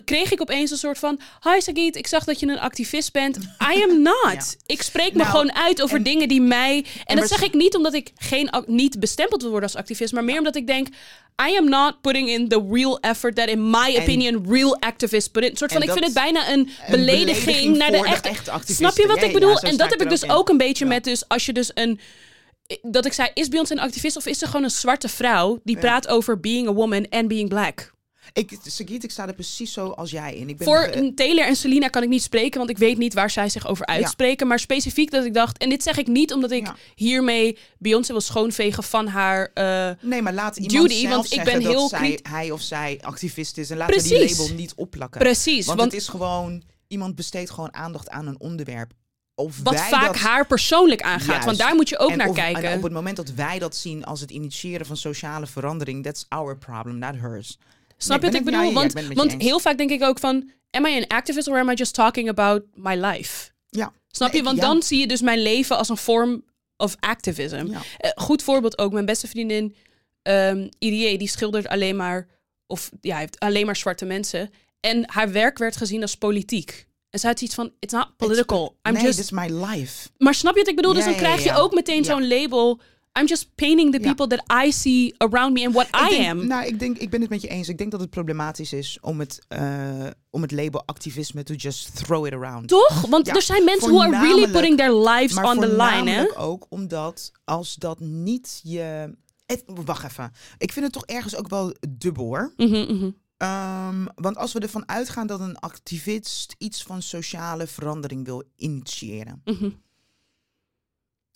kreeg ik opeens een soort van: Hi Sagit, ik zag dat je een activist bent. I am not. Ik spreek me
Nou,
gewoon uit over dingen die mij. En, dat
waarsch-
zeg ik niet omdat ik geen, ac- niet bestempeld wil worden als activist, maar meer omdat ik denk. I am not putting in the real effort that, in my opinion, real activists put in. Soort van,
en
ik vind
dat-
het bijna een belediging,
belediging
naar de
voor de
echte,
echte activisten.
Snap je wat
Ja,
ik
ja,
bedoel?
zo
en
sta
dat
ik
heb ik
er ook
dus
in.
ook een beetje met dus als je dus een dat ik zei is Beyoncé een activist of is ze gewoon een zwarte vrouw die praat over being a woman and being black?
ik, Sagiet, ik sta er precies zo als jij in. Ik ben
Voor
eh,
een Taylor en Selena kan ik niet spreken, want ik weet niet waar zij zich over uitspreken. Maar specifiek dat ik dacht, en dit zeg ik niet omdat ik
Ja.
hiermee Beyoncé wil schoonvegen van haar. eh,
Nee, maar laat iemand
Judy,
zelf
want ik
zeggen
ben
dat
heel
zij,
kritisch-
hij of zij activist is. En laat
Precies.
we die label niet opplakken.
precies,
Want,
want,
het is gewoon, iemand besteedt gewoon aandacht aan een onderwerp. Of
wat
wij
vaak
dat,
haar persoonlijk aangaat.
Juist.
Want daar moet je ook
en
naar
of-
kijken.
En op het moment dat wij dat zien als het initiëren van sociale verandering, that's our problem, not hers.
Snap je wat
Nee,
ik
ik ben
bedoel?
het- ja, ja,
want
ik ben het met je
want
eens.
heel vaak denk ik ook van, am I an activist or am I just talking about my life?
Ja.
Snap
Nee,
je? Want
ja.
dan zie je dus mijn leven als een vorm of activism.
Ja.
Eh, goed voorbeeld ook. Mijn beste vriendin ehm Irie, die schildert alleen maar, of ja, hij heeft alleen maar zwarte mensen. En haar werk werd gezien als politiek. En ze had iets van, it's not political. I'm
nee,
just...
this is my life.
Maar snap je wat ik bedoel? dus
Ja,
dan
ja,
krijg
ja.
je ook meteen
Ja.
zo'n label. I'm just painting the
Ja.
people that I see around me and what I
ik denk,
am.
Nou, ik denk, ik ben het met je eens. Ik denk dat het problematisch is om het, eh, om het label activisme to just throw it around.
Toch? Want
Ja,
er zijn mensen who are really
voornamelijk-
putting their lives Dus on the line, hè?
voornamelijk ook omdat als dat niet je... Het, wacht even. Ik vind het toch ergens ook wel dubbel hoor.
Mhm, mhm.
Ehm, want als we ervan uitgaan dat een activist iets van sociale verandering wil initiëren.
Mhm.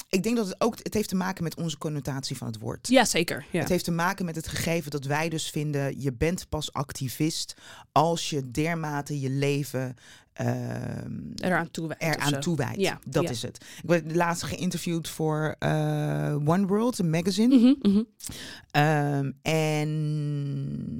Ik denk dat het ook het heeft te maken met onze connotatie van het woord.
Ja, zeker. Ja.
Het heeft te maken met het gegeven dat wij dus vinden, je bent pas activist als je dermate je leven ehm,
Eraan toewijdt. of zo.
eraan toewijdt.
Ja,
Dat
ja.
is het. Ik werd laatst geïnterviewd voor eh, One World, een magazine.
Mhm, mhm.
Ehm, en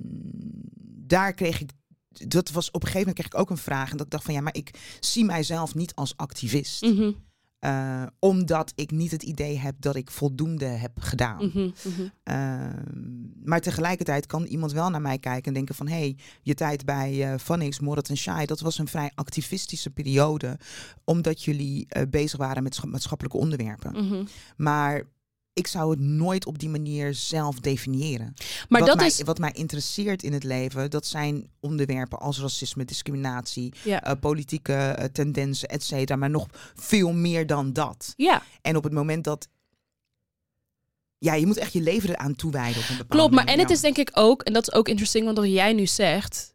daar kreeg ik, dat was op een gegeven moment kreeg ik ook een vraag. En dat ik dacht van ja, maar ik zie mijzelf niet als activist.
Mhm,
Eh, omdat ik niet het idee heb dat ik voldoende heb gedaan.
mhm, mhm.
Ehm, maar tegelijkertijd kan iemand wel naar mij kijken en denken van... hé, hey, je tijd bij eh Vanix, Morat en Shai, dat was een vrij activistische periode... omdat jullie eh, bezig waren met scha- maatschappelijke onderwerpen.
Mhm.
Maar ik zou het nooit op die manier zelf definiëren.
Maar
wat,
dat
mij,
is.
wat mij interesseert in het leven, dat zijn onderwerpen als racisme, discriminatie...
Ja.
eh, politieke eh, tendensen, et cetera, maar nog veel meer dan dat.
Ja,
En op het moment dat. Ja, je moet echt je leven eraan toewijden op een bepaalde
klopt. Maar en
manier.
het is denk ik ook, en dat is ook interesting, want wat jij nu zegt,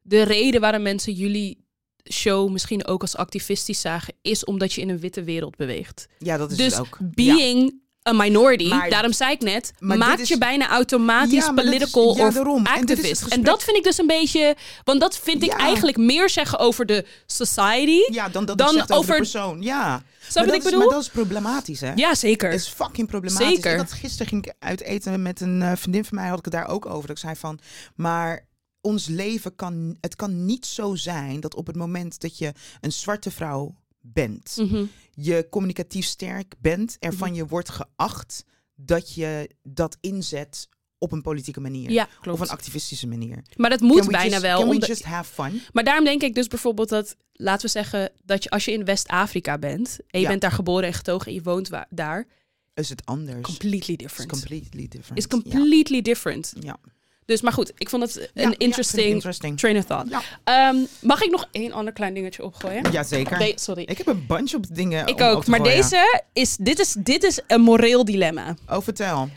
de reden waarom mensen jullie show misschien ook als activistisch zagen, is omdat je in een witte wereld beweegt.
Ja, dat is
dus
het ook. Ja.
being een minority.
Maar-
Daarom zei ik net,
maar
maakt
dit is-
je bijna automatisch
Ja, maar dat is-
political
ja,
of
daarom. En dit is het
activist. En,
gesprek-
dat vind ik dus een beetje... Want dat vind ik
Ja.
eigenlijk meer zeggen over de society...
Ja, dan dat dan over, de persoon. Ja.
wat
maar, dat
ik
is,
bedoel?
maar dat is problematisch, hè?
Ja, zeker.
Dat is fucking problematisch.
Zeker.
Ik had, gisteren ging ik uit eten met een eh, vriendin van mij, had ik het daar ook over. Dat ik zei van, maar ons leven kan, het kan niet zo zijn dat op het moment dat je een zwarte vrouw bent,
Mhm.
je communicatief sterk bent, ervan je wordt geacht dat je dat inzet op een politieke manier.
Ja,
Of een
klopt.
activistische manier.
Maar dat moet
Can we
bijna
just-
wel.
Can we
omdat-
just have fun?
Maar daarom denk ik dus bijvoorbeeld dat, laten we zeggen, dat je als je in West-Afrika bent en je
Ja.
bent daar geboren en getogen en je woont wa- daar,
Is het anders?
completely
It's
different.
completely different.
Is completely different.
Ja. Ja.
Dus, maar goed, ik vond dat
Ja,
een
ja,
interesting,
vind ik interesting.
train of thought.
Ja.
Ehm, mag ik nog één ander klein dingetje opgooien?
Jazeker.
Nee, sorry. Ik,
Ik heb een bunch op dingen. om op
ook.
te
Maar
gooien.
deze is, dit is, dit is een moreel dilemma. Oké,
Oh, vertel.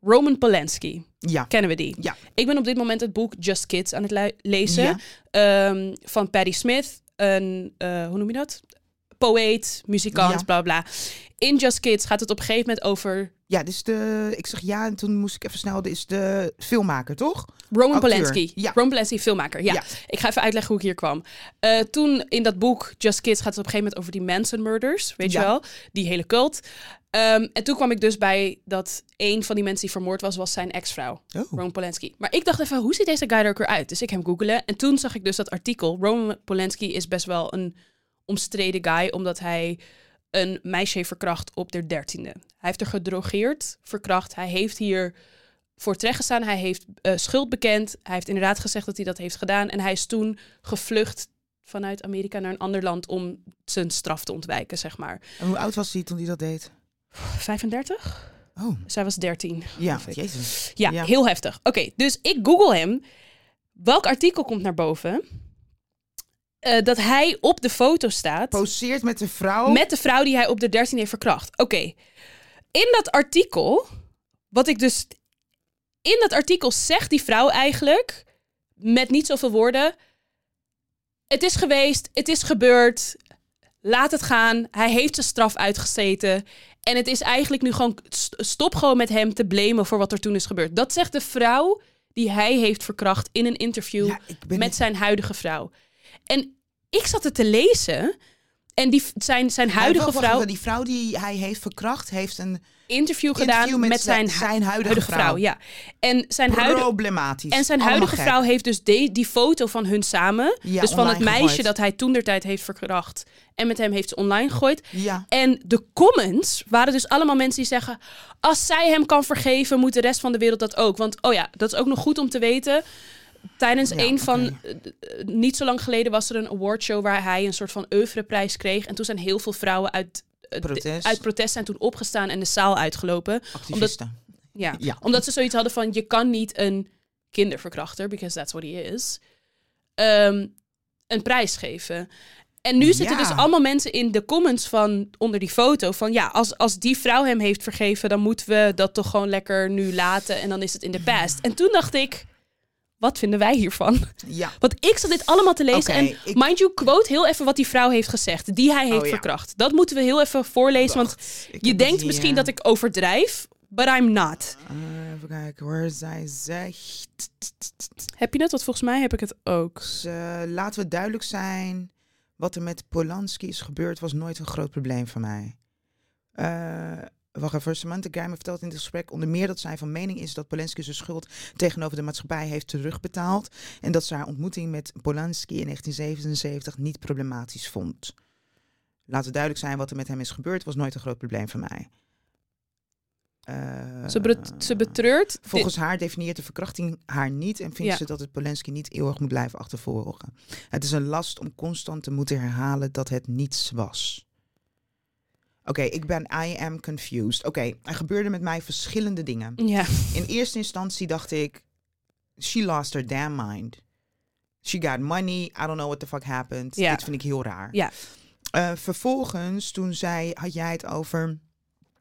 Roman Polanski.
Ja.
Kennen we die?
Ja.
Ik ben op dit moment het boek Just Kids aan het lu- lezen.
Ja.
Ehm, van Patti Smith. Een, eh, hoe noem je dat? Poëet, muzikant,
Ja.
bla bla. In Just Kids gaat het op een gegeven moment over
Ja, dus de. Ik zeg ja, en toen moest ik even snel. Dit is de filmmaker, toch?
Roman
Acteur.
Polanski.
Ja.
Roman Polanski, filmmaker. Ja.
Ja.
Ik ga even uitleggen hoe ik hier kwam. Eh, toen in dat boek Just Kids gaat het op een gegeven moment over die Manson murders. Weet je
Ja.
wel? Die hele cult. Ehm, en toen kwam ik dus bij dat een van die mensen die vermoord was, was zijn ex-vrouw.
Oh.
Roman Polanski. Maar ik dacht even, hoe ziet deze guy er ook weer uit? Dus ik hem googelen. En toen zag ik dus dat artikel. Roman Polanski is best wel een omstreden guy, omdat hij een meisje heeft verkracht op de dertiende. Hij heeft er gedrogeerd, verkracht. Hij heeft hier voor terecht gestaan. Hij heeft eh, schuld bekend. Hij heeft inderdaad gezegd dat hij dat heeft gedaan. En hij is toen gevlucht vanuit Amerika naar een ander land om zijn straf te ontwijken, zeg maar.
En hoe oud was hij toen hij dat deed?
35?
Oh,
Zij was 13.
ja.
geloof ik.
Jezus.
Ja,
Ja.
heel heftig. Oké, dus ik google hem. Welk artikel komt naar boven? Eh, dat hij op de foto staat
Poseert met een vrouw.
met de vrouw die hij op de 13 heeft verkracht. Oké, in dat artikel, wat ik dus. In dat artikel zegt die vrouw eigenlijk, met niet zoveel woorden: Het is geweest, het is gebeurd, laat het gaan. Hij heeft zijn straf uitgezeten. En het is eigenlijk nu gewoon: st- stop gewoon met hem te blamen voor wat er toen is gebeurd. Dat zegt de vrouw die hij heeft verkracht in een interview
Ja, ik ben-
met zijn huidige vrouw. En ik zat het te lezen. En die, zijn, zijn huidige
Hij- wacht,
vrouw
wacht, Die vrouw die hij heeft verkracht, heeft een
interview gedaan
interview
met,
met,
zijn, hu-
zijn huidige,
huidige vrouw.
vrouw.
Ja. En zijn huidige.
Problematisch.
En zijn
Allemaal
huidige
gek.
vrouw heeft dus de- die foto van hun samen.
Ja,
dus van het
online
meisje
gegooid.
dat hij toen der tijd heeft verkracht. En met hem heeft ze online gegooid.
Ja.
En de comments waren dus allemaal mensen die zeggen... als zij hem kan vergeven, moet de rest van de wereld dat ook. Want oh ja, dat is ook nog goed om te weten. Tijdens
Ja,
een van...
oké.
eh, eh, niet zo lang geleden was er een awardshow... waar hij een soort van oeuvreprijs kreeg. En toen zijn heel veel vrouwen uit... eh,
Protest.
Uit protest zijn toen opgestaan en de zaal uitgelopen. Omdat,
Activisten.
ja,
Ja.
omdat ze zoiets hadden van... je kan niet een kinderverkrachter, because that's what he is... ehm, een prijs geven. En nu zitten
Ja.
dus allemaal mensen in de comments van onder die foto... van ja, als, als die vrouw hem heeft vergeven... dan moeten we dat toch gewoon lekker nu laten... en dan is het in de past. En toen dacht ik, wat vinden wij hiervan? *laughs*
Ja.
Want ik zat dit allemaal te lezen.
Oké,
en
ik- Oh,
mind you, quote heel even wat die vrouw heeft gezegd... die hij heeft
ja.
verkracht. Dat moeten we heel even voorlezen, want...
Wacht, ik
Je
heb het
denkt
hier.
misschien dat ik overdrijf, but I'm not.
Eh, even kijken hoor. Zij zegt.
Heb je het? Want volgens mij heb ik het ook.
Dus, eh, laten we duidelijk zijn. Wat er met Polanski is gebeurd was nooit een groot probleem voor mij. Eh, wacht even. Samantha Geimer vertelt in het gesprek onder meer dat zij van mening is dat Polanski zijn schuld tegenover de maatschappij heeft terugbetaald. En dat ze haar ontmoeting met Polanski in 1977 niet problematisch vond. Laten we duidelijk zijn wat er met hem is gebeurd was nooit een groot probleem voor mij. Eh,
Ze, bet- ze betreurt. dit-
Volgens haar definieert de verkrachting haar niet en vindt
Ja.
ze dat het Polenski niet eeuwig moet blijven achtervolgen. Het is een last om constant te moeten herhalen dat het niets was. Oké, ik ben I am confused. Oké, er gebeurden met mij verschillende dingen.
Ja,
In eerste instantie dacht ik, she lost her damn mind. She got money, I don't know what the fuck happened.
Ja.
Dit vind ik heel raar.
ja.
Eh, vervolgens, toen zei, had jij het over.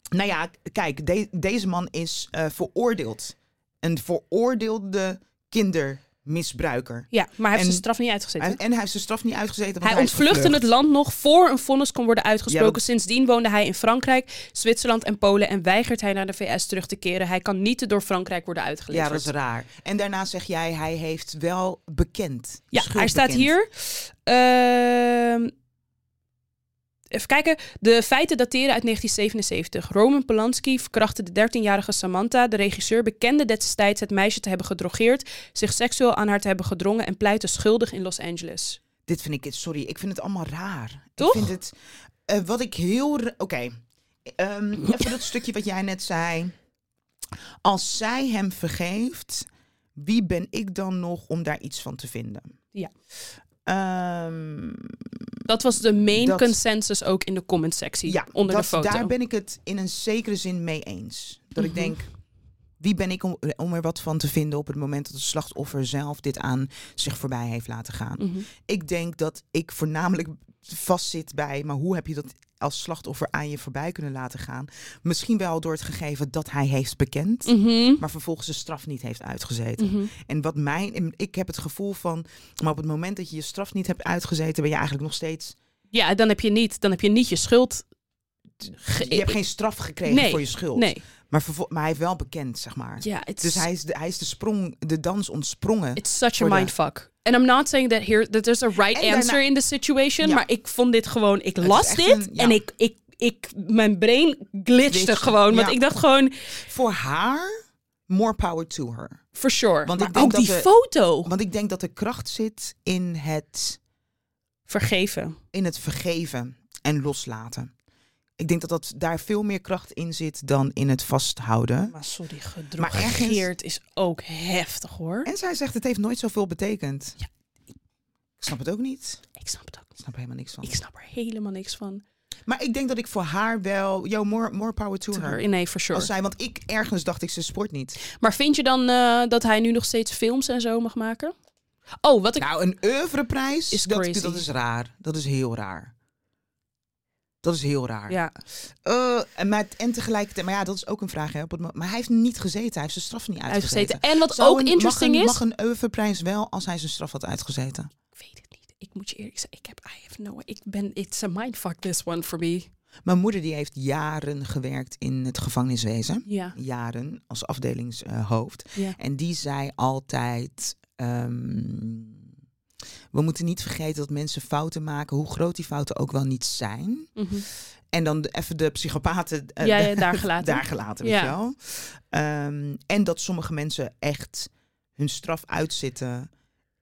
Nou ja, k- kijk, de- deze man is eh, veroordeeld. Een veroordeelde kinderverkrachter. misbruiker.
Ja, maar hij heeft
En-
zijn straf niet uitgezet.
En, en hij heeft zijn straf niet uitgezeten.
Hij
want is
ontvluchtte het
gevlucht.
land nog voor een vonnis kon worden uitgesproken.
Ja, dat-
Sindsdien woonde hij in Frankrijk, Zwitserland en Polen en weigert hij naar de VS terug te keren. Hij kan niet door Frankrijk worden uitgeleverd.
Ja, dat is raar. En daarna zeg jij, hij heeft wel bekend.
Ja,
Schuld
hij staat
bekend.
hier. Ehm, even kijken. De feiten dateren uit 1977. Roman Polanski verkrachtte de 13-jarige Samantha. De regisseur bekende destijds het meisje te hebben gedrogeerd, zich seksueel aan haar te hebben gedrongen en pleitte schuldig in Los Angeles.
Dit vind ik, sorry, ik vind het allemaal raar.
Toch?
Ik vind het, eh, wat ik heel, ra- oké, Ehm, even dat stukje wat jij net zei. Als zij hem vergeeft, wie ben ik dan nog om daar iets van te vinden?
Ja.
Ehm,
Dat was de main
Dat-
consensus ook in de comment sectie
ja,
onder
dat,
de foto. Mhm.
daar ben ik het in een zekere zin mee eens. Dat ik denk, wie ben ik om, om er wat van te vinden op het moment dat het slachtoffer zelf dit aan zich voorbij heeft laten gaan?
Mhm.
Ik denk dat ik voornamelijk vastzit bij, maar hoe heb je dat als slachtoffer aan je voorbij kunnen laten gaan? Misschien wel door het gegeven dat hij heeft bekend,
Mhm.
maar vervolgens de straf niet heeft uitgezeten.
Mhm.
En wat mijn, ik heb het gevoel van, maar op het moment dat je je straf niet hebt uitgezeten, ben je eigenlijk nog steeds,
Ja, dan heb je niet, dan heb je niet je schuld. ge-
je hebt geen straf gekregen
Nee,
voor je schuld.
Nee.
Maar, vervol- maar hij heeft wel bekend, zeg maar.
Ja, it's,
Dus hij is, de, hij is de sprong, de dans ontsprongen.
it's such a
voor de-
mindfuck. And I'm not saying that here that there's a right
En daarna-
answer in this situation,
Ja.
maar ik vond dit gewoon ik
is
las
echt
dit
een- ja.
en ik ik ik mijn brein glitchte
Glitchte,
gewoon, want
ja.
ik dacht gewoon
Voor haar, more power to her.
for sure.
Want
maar
ik denk
ook
dat
die
we-
foto
Want ik denk dat de kracht zit in het,
vergeven.
in het vergeven en loslaten. Ik denk dat, dat daar veel meer kracht in zit dan in het vasthouden.
Maar sorry,
Maar ergens-
gedrogeerd is ook heftig hoor.
En zij zegt, het heeft nooit zoveel betekend.
Ja.
Ik snap het ook niet.
Ik snap het ook niet.
Ik snap er helemaal niks van.
Ik snap er helemaal niks van.
Maar ik denk dat ik voor haar wel... Yo, more, more power to, her.
Nee, for sure.
Als zij, want ik ergens dacht ik, ze sport niet.
Maar vind je dan eh, dat hij nu nog steeds films en zo mag maken? Oh, wat ik.
Nou, een oeuvreprijs,
Is
dat,
crazy.
dat is raar. Dat is heel raar. Dat is heel raar.
ja,
Eh, en, maar, en tegelijkertijd, maar ja, dat is ook een vraag. Hè, op het mo- maar hij heeft niet gezeten, hij heeft zijn straf niet uitgezeten.
uitgezeten. En wat
Zou
ook
een-
interesting
mag een,
is.
Mag een oeuvreprijs wel als hij zijn straf had uitgezeten?
Ik weet het niet. Ik moet je eerlijk zeggen. Ik heb. I have no. Ik ben. It's a mindfuck this one for me.
Mijn moeder die heeft jaren gewerkt in het gevangeniswezen.
Ja.
Jaren als afdelingshoofd.
Ja.
En die zei altijd... ehm, we moeten niet vergeten dat mensen fouten maken, hoe groot die fouten ook wel niet zijn.
Mhm.
En dan de- even de psychopaten eh,
Ja, ja, daar gelaten.
daar gelaten, weet
Ja.
je wel. Ehm, en dat sommige mensen echt hun straf uitzitten.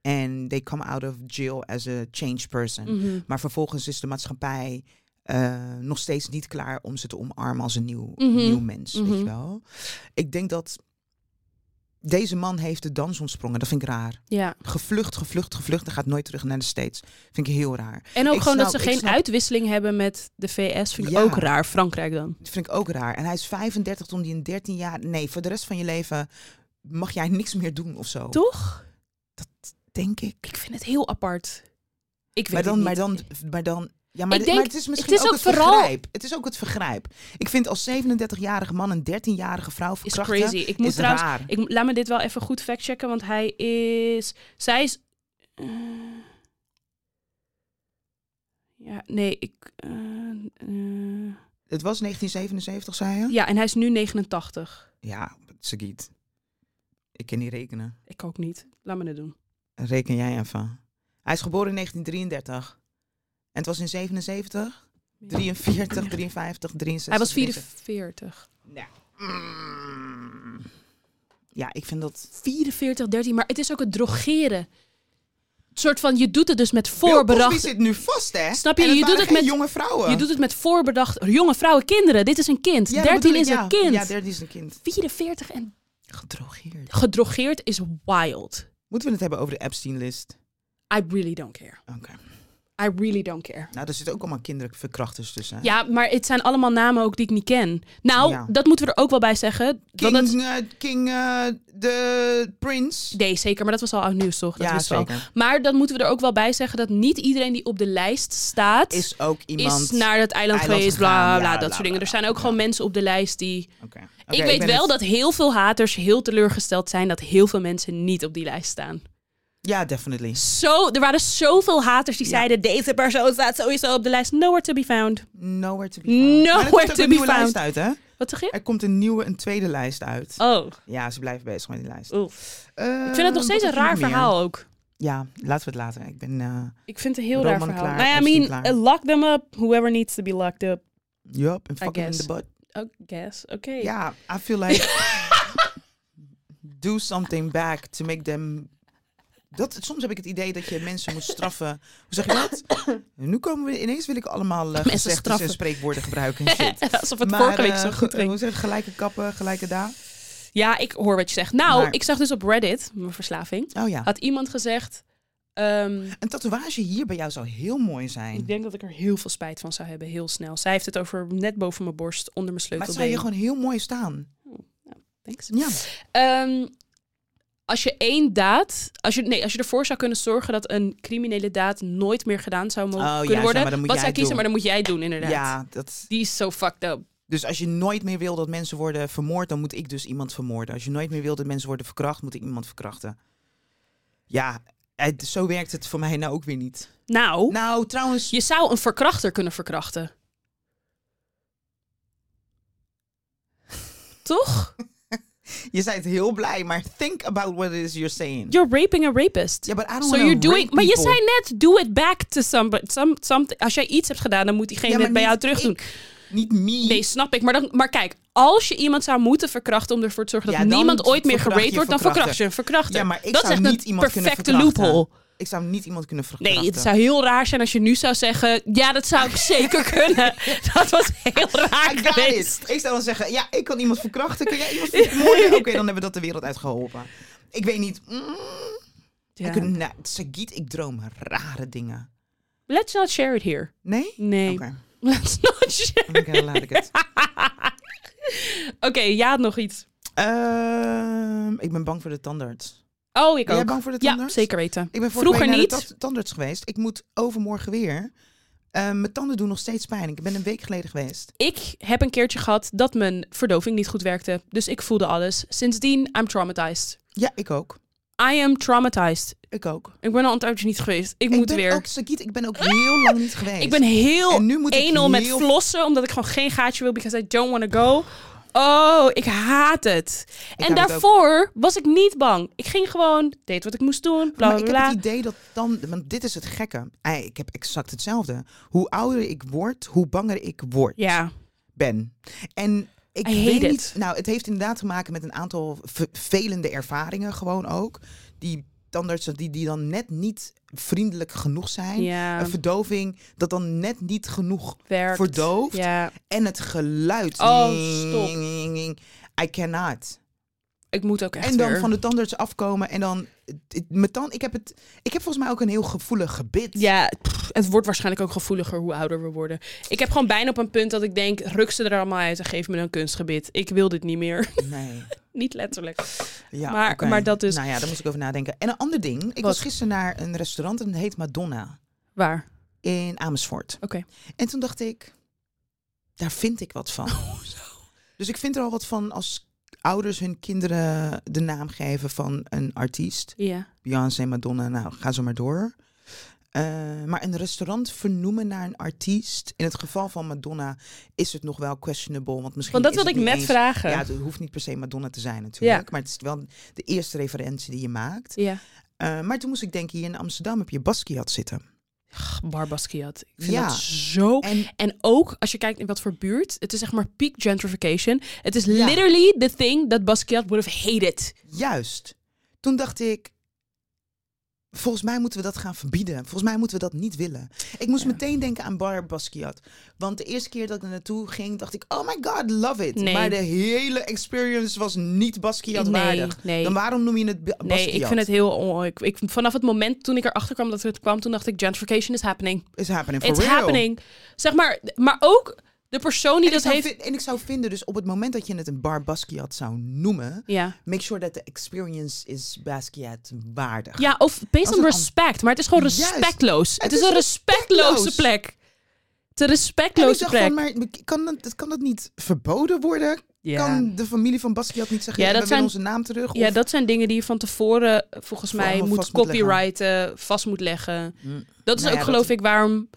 En they come out of jail as a changed person.
Mhm.
Maar vervolgens is de maatschappij eh, nog steeds niet klaar om ze te omarmen als een nieuw,
Mhm.
nieuw mens, weet
Mhm.
je wel. Ik denk dat deze man heeft de dans ontsprongen. Dat vind ik raar.
Ja.
Gevlucht, gevlucht, gevlucht. En gaat nooit terug naar de States. Vind ik heel raar.
En ook
Ik
gewoon dat
snap-
ze
ik
geen
snap-
uitwisseling hebben met de VS. Vind ik
Ja.
ook raar. Frankrijk dan.
Dat vind ik ook raar. En hij is 35 toen hij in 13 jaar... Nee, voor de rest van je leven mag jij niks meer doen of zo.
Toch?
Denk ik.
Ik vind het heel apart. Ik weet
Maar dan,
het
maar
niet.
dan, maar dan... Ja, maar,
Ik
d-
denk-
maar het is misschien
het is
ook,
ook
het
vooral-
vergrijp. Het is ook het vergrijp. Ik vind als 37-jarige man een 13-jarige vrouw
is
verkrachten...
crazy. Ik moet
is
trouwens.
raar.
Ik, laat me dit wel even goed factchecken, want hij is. Zij is. eh, ja, nee, ik. eh, eh,
Het was 1977, zei je?
ja, en hij is nu 89.
Ja, Sagiet. Ik kan niet rekenen.
Ik ook niet. Laat me dit doen.
Reken jij even. Hij is geboren in 1933. En het was in 77, 43, 53, 63.
Hij was 44.
Ja. Mm. Ja, ik vind dat...
44, 13. Maar het is ook het drogeren. Het soort van, je doet het dus met
Bill
voorbedacht.
Cosby zit nu vast, hè?
Snap je?
En het
Je doet
waren
het
geen
met-
jonge vrouwen.
Je doet het met voorbedacht. Jonge vrouwen, kinderen. Dit is een kind.
Ja, dat
13
bedoel ik,
is
ja.
een kind.
Ja, 13 is een kind.
44 en
Gedrogeerd.
gedrogeerd is wild.
Moeten we het hebben over de Epstein-list?
I really don't care.
Oké.
I really don't care.
Nou, daar zitten ook allemaal kinderverkrachters tussen. hè?
Ja, maar het zijn allemaal namen ook die ik niet ken. Nou,
Ja.
dat moeten we er ook wel bij zeggen.
King,
Want dat,
eh, King eh, de Prince.
nee, zeker. Maar dat was al oud nieuws, toch? Dat
ja,
wisten we al.
zeker.
Maar dan moeten we er ook wel bij zeggen dat niet iedereen die op de lijst staat...
Is ook iemand...
is naar dat eiland,
eiland
geweest,
gegaan,
bla bla,
ja,
bla, dat
bla,
soort
bla,
dingen. Er
bla,
zijn ook
bla.
gewoon mensen op de lijst die.
Oké. Oké,
ik weet
ben
wel
het-
dat heel veel haters heel teleurgesteld zijn dat heel veel mensen niet op die lijst staan.
Ja, definitely.
Zo, er waren zoveel haters die
Ja.
zeiden: deze persoon staat sowieso op de lijst. Nowhere to be found.
Nowhere to be found.
Nowhere
Maar er komt ook
to
een
be
nieuwe
found.
lijst uit, hè?
Wat zeg je?
Er komt een nieuwe, een tweede lijst uit.
Oh,
Ja, ze blijven bezig met die lijst.
oeh.
Eh,
ik vind het nog
wat
steeds
heb
een
je nog
raar
meer?
verhaal ook.
Ja, laten we het later. Ik ben, eh
Ik vind het een heel
Roman
raar verhaal.
klaar,
nou ja, I
Epstein
mean,
klaar.
eh, lock them up, whoever needs to be locked up.
yup, en fucking in
guess.
the butt.
I guess, oké.
Ja, I feel like do something back to make them. Dat, soms heb ik het idee dat je mensen moet straffen. Hoe zeg je dat? Nu komen we ineens wil ik allemaal eh
Mensen
gezegdes
straffen.
en spreekwoorden
*laughs*
gebruiken en shit.
Alsof het
Maar,
vorige week
eh,
zo goed
ge-
ging.
Hoe zeg je, gelijke kappen, gelijke daar.
Ja, ik hoor wat je zegt. Nou,
Maar-
ik zag dus op Reddit, mijn verslaving,
Oh ja.
had iemand gezegd... ehm,
Een tatoeage hier bij jou zou heel mooi zijn.
ik denk dat ik er heel veel spijt van zou hebben, heel snel. Zij heeft het over net boven mijn borst, onder mijn
Maar het zou
sleutelbeen.
je gewoon heel mooi staan.
Thanks.
Ja.
Ehm, als je één daad, als je, nee, als je ervoor zou kunnen zorgen dat een criminele daad nooit meer gedaan zou mogen
Oh, ja,
kunnen
zo,
worden,
maar dan moet
wat
jij
zou ik kiezen, maar
doen.
dan moet jij het doen inderdaad.
Ja, dat,
Die is zo fucked up.
dus als je nooit meer wil dat mensen worden vermoord, dan moet ik dus iemand vermoorden. Als je nooit meer wil dat mensen worden verkracht, moet ik iemand verkrachten. Ja, het- zo werkt het voor mij nou ook weer niet.
Nou,
Nou, trouwens,
je zou een verkrachter kunnen verkrachten. Toch?
je bent heel blij, maar think about what it is you're saying.
You're raping a rapist.
Ja, but I don't
so
wanna
you're doing,
rape
maar je
people.
zei net, do it back to somebody. Some, some, als jij iets hebt gedaan, dan moet diegene
Ja,
het
maar
bij jou
niet
terug doen.
ik, niet me.
Nee, snap ik. Maar, dan, maar kijk, als je iemand zou moeten verkrachten om ervoor te zorgen dat
Ja, dan
niemand ooit meer
verkracht je
geraped wordt, dan
verkrachter.
verkracht je een verkrachter.
Ja, maar ik
dat
zou
is echt
niet
een
iemand kunnen
perfecte
verkrachten.
loophole.
Ik zou niet iemand kunnen verkrachten.
Nee, het zou heel raar zijn als je nu zou zeggen, ja, dat zou ik
*laughs*
zeker kunnen. Dat was heel raar
I got it.
geweest.
Ik zou dan zeggen, ja, ik kan iemand verkrachten. Kun jij iemand vermoorden?
*laughs*
Oké, dan hebben we dat de wereld uitgeholpen. Ik weet niet. Mm,
Ja.
ik, nou, Sagiet, ik droom rare dingen.
Let's not share it here.
Nee?
Nee,
Oké,
*laughs* let's not share
oké, dan laat ik
*laughs*
het.
Oké, ja, had nog iets.
Ehm, ik ben bang voor de tandarts.
Oh, ik
Ben jij
ook.
bang voor de
Ja,
tandarts?
zeker weten.
Ik ben vorige
Vroeger
week naar
niet.
de ta- tandarts geweest. Ik moet overmorgen weer. Ehm, mijn tanden doen nog steeds pijn. Ik ben een week geleden geweest.
Ik heb een keertje gehad dat mijn verdoving niet goed werkte. Dus ik voelde alles. Sindsdien, I'm traumatized.
Ja, ik ook.
I am traumatized.
Ik ook.
Ik ben al een tijdje niet geweest. Ik,
ik
moet
ben
weer.
Ook, Sagiet, ik ben ook heel lang niet geweest.
*gasps* ik ben heel
En nu moet ik
anal met
heel-
flossen, omdat ik gewoon geen gaatje wil, because I don't want to go. Oh, ik haat het. en
haat het
daarvoor was ik niet bang. Ik ging gewoon, deed wat ik moest doen, bla
Maar
bla
ik heb
bla.
het idee dat dan, want dit is het gekke. Ei, Ik heb exact hetzelfde. Hoe ouder ik word, hoe banger ik word
Ja,
ben. En ik
I hate
weet
it.
niet. Nou, het heeft inderdaad te maken met een aantal vervelende ervaringen gewoon ook. Die tandartsen die, die dan net niet vriendelijk genoeg zijn.
ja.
Een verdoving dat dan net niet genoeg
Werkt.
verdoofd.
Ja,
En het geluid.
Oh,
I cannot.
ik moet ook echt
En dan
weer.
van de tandarts afkomen en dan het- mijn tand. Ik heb het. Ik heb volgens mij ook een heel gevoelig gebit.
Ja, pff, het wordt waarschijnlijk ook gevoeliger hoe ouder we worden. Ik heb gewoon bijna op een punt dat ik denk, ruk ze er allemaal uit en geef me een kunstgebit. Ik wil dit niet meer. *laughs*
Nee.
niet letterlijk.
Ja,
Maar-
oké.
maar dat dus-
Nou ja, daar moest ik over nadenken. En een ander ding. Ik
Wat?
was gisteren naar een restaurant en het heet Madonna
Waar?
in Amersfoort.
Oké.
En toen dacht ik, daar vind ik
*laughs*
wat van.
Oh,
Dus ik vind er al wat van als ouders hun kinderen de naam geven van een artiest.
Ja.
Beyoncé, Madonna, nou, ga zo maar door. Eh, maar een restaurant vernoemen naar een artiest. In het geval van Madonna is het nog wel questionable. Want, misschien
Want dat
is
wilde ik
het niet
net
eens-
vragen.
Ja, het hoeft niet per se Madonna te zijn natuurlijk.
Ja.
Maar het is wel de eerste referentie die je maakt.
Ja.
Eh, maar toen moest ik denken, hier in Amsterdam heb je Basquiat zitten.
Barbasquiat. Ik vind
Ja.
dat zo...
En
En ook als je kijkt in wat voor buurt, het is zeg maar peak gentrification. Het is
Ja.
literally the thing that Basquiat would have hated.
juist, toen dacht ik... Volgens mij moeten we dat gaan verbieden. Volgens mij moeten we dat niet willen. Ik moest meteen denken aan Bar Basquiat. Want de eerste keer dat ik er naartoe ging, dacht ik... Oh my god, love it.
Nee.
Maar de hele experience was niet Basquiat
Nee,
waardig.
nee.
Dan waarom noem je het Ba-
Nee,
Basquiat?
ik vind het heel... On... Ik, ik- vanaf het moment toen ik erachter kwam dat het kwam, toen dacht ik gentrification is happening.
It's happening for
It's
real.
happening. Zeg maar, maar ook de persoon die
En
dat
ik, zou
heeft...
vin- en ik zou vinden, dus op het moment dat je het een Bar Basquiat zou noemen...
Ja.
Make sure that the experience is Basquiat waardig.
ja, of based
Als
on
een an-
respect. Maar het is gewoon
Juist.
respectloos. Het, is,
is
een respectloze
respectloos.
plek. Het is een
En ik
respectloze
dacht
plek.
van, maar kan dat, kan dat niet verboden worden?
Ja.
Kan de familie van Basquiat niet zeggen,
Ja,
ja,
dat
we
zijn-
willen onze naam terug?
Ja,
of-
dat zijn dingen die je van tevoren eh, volgens
Voor
mij
allemaal
moet
vast moet leggen.
copyrighten, vast moet leggen.
Hm.
Dat is
Nou
ook
ja,
geloof
dat-
ik waarom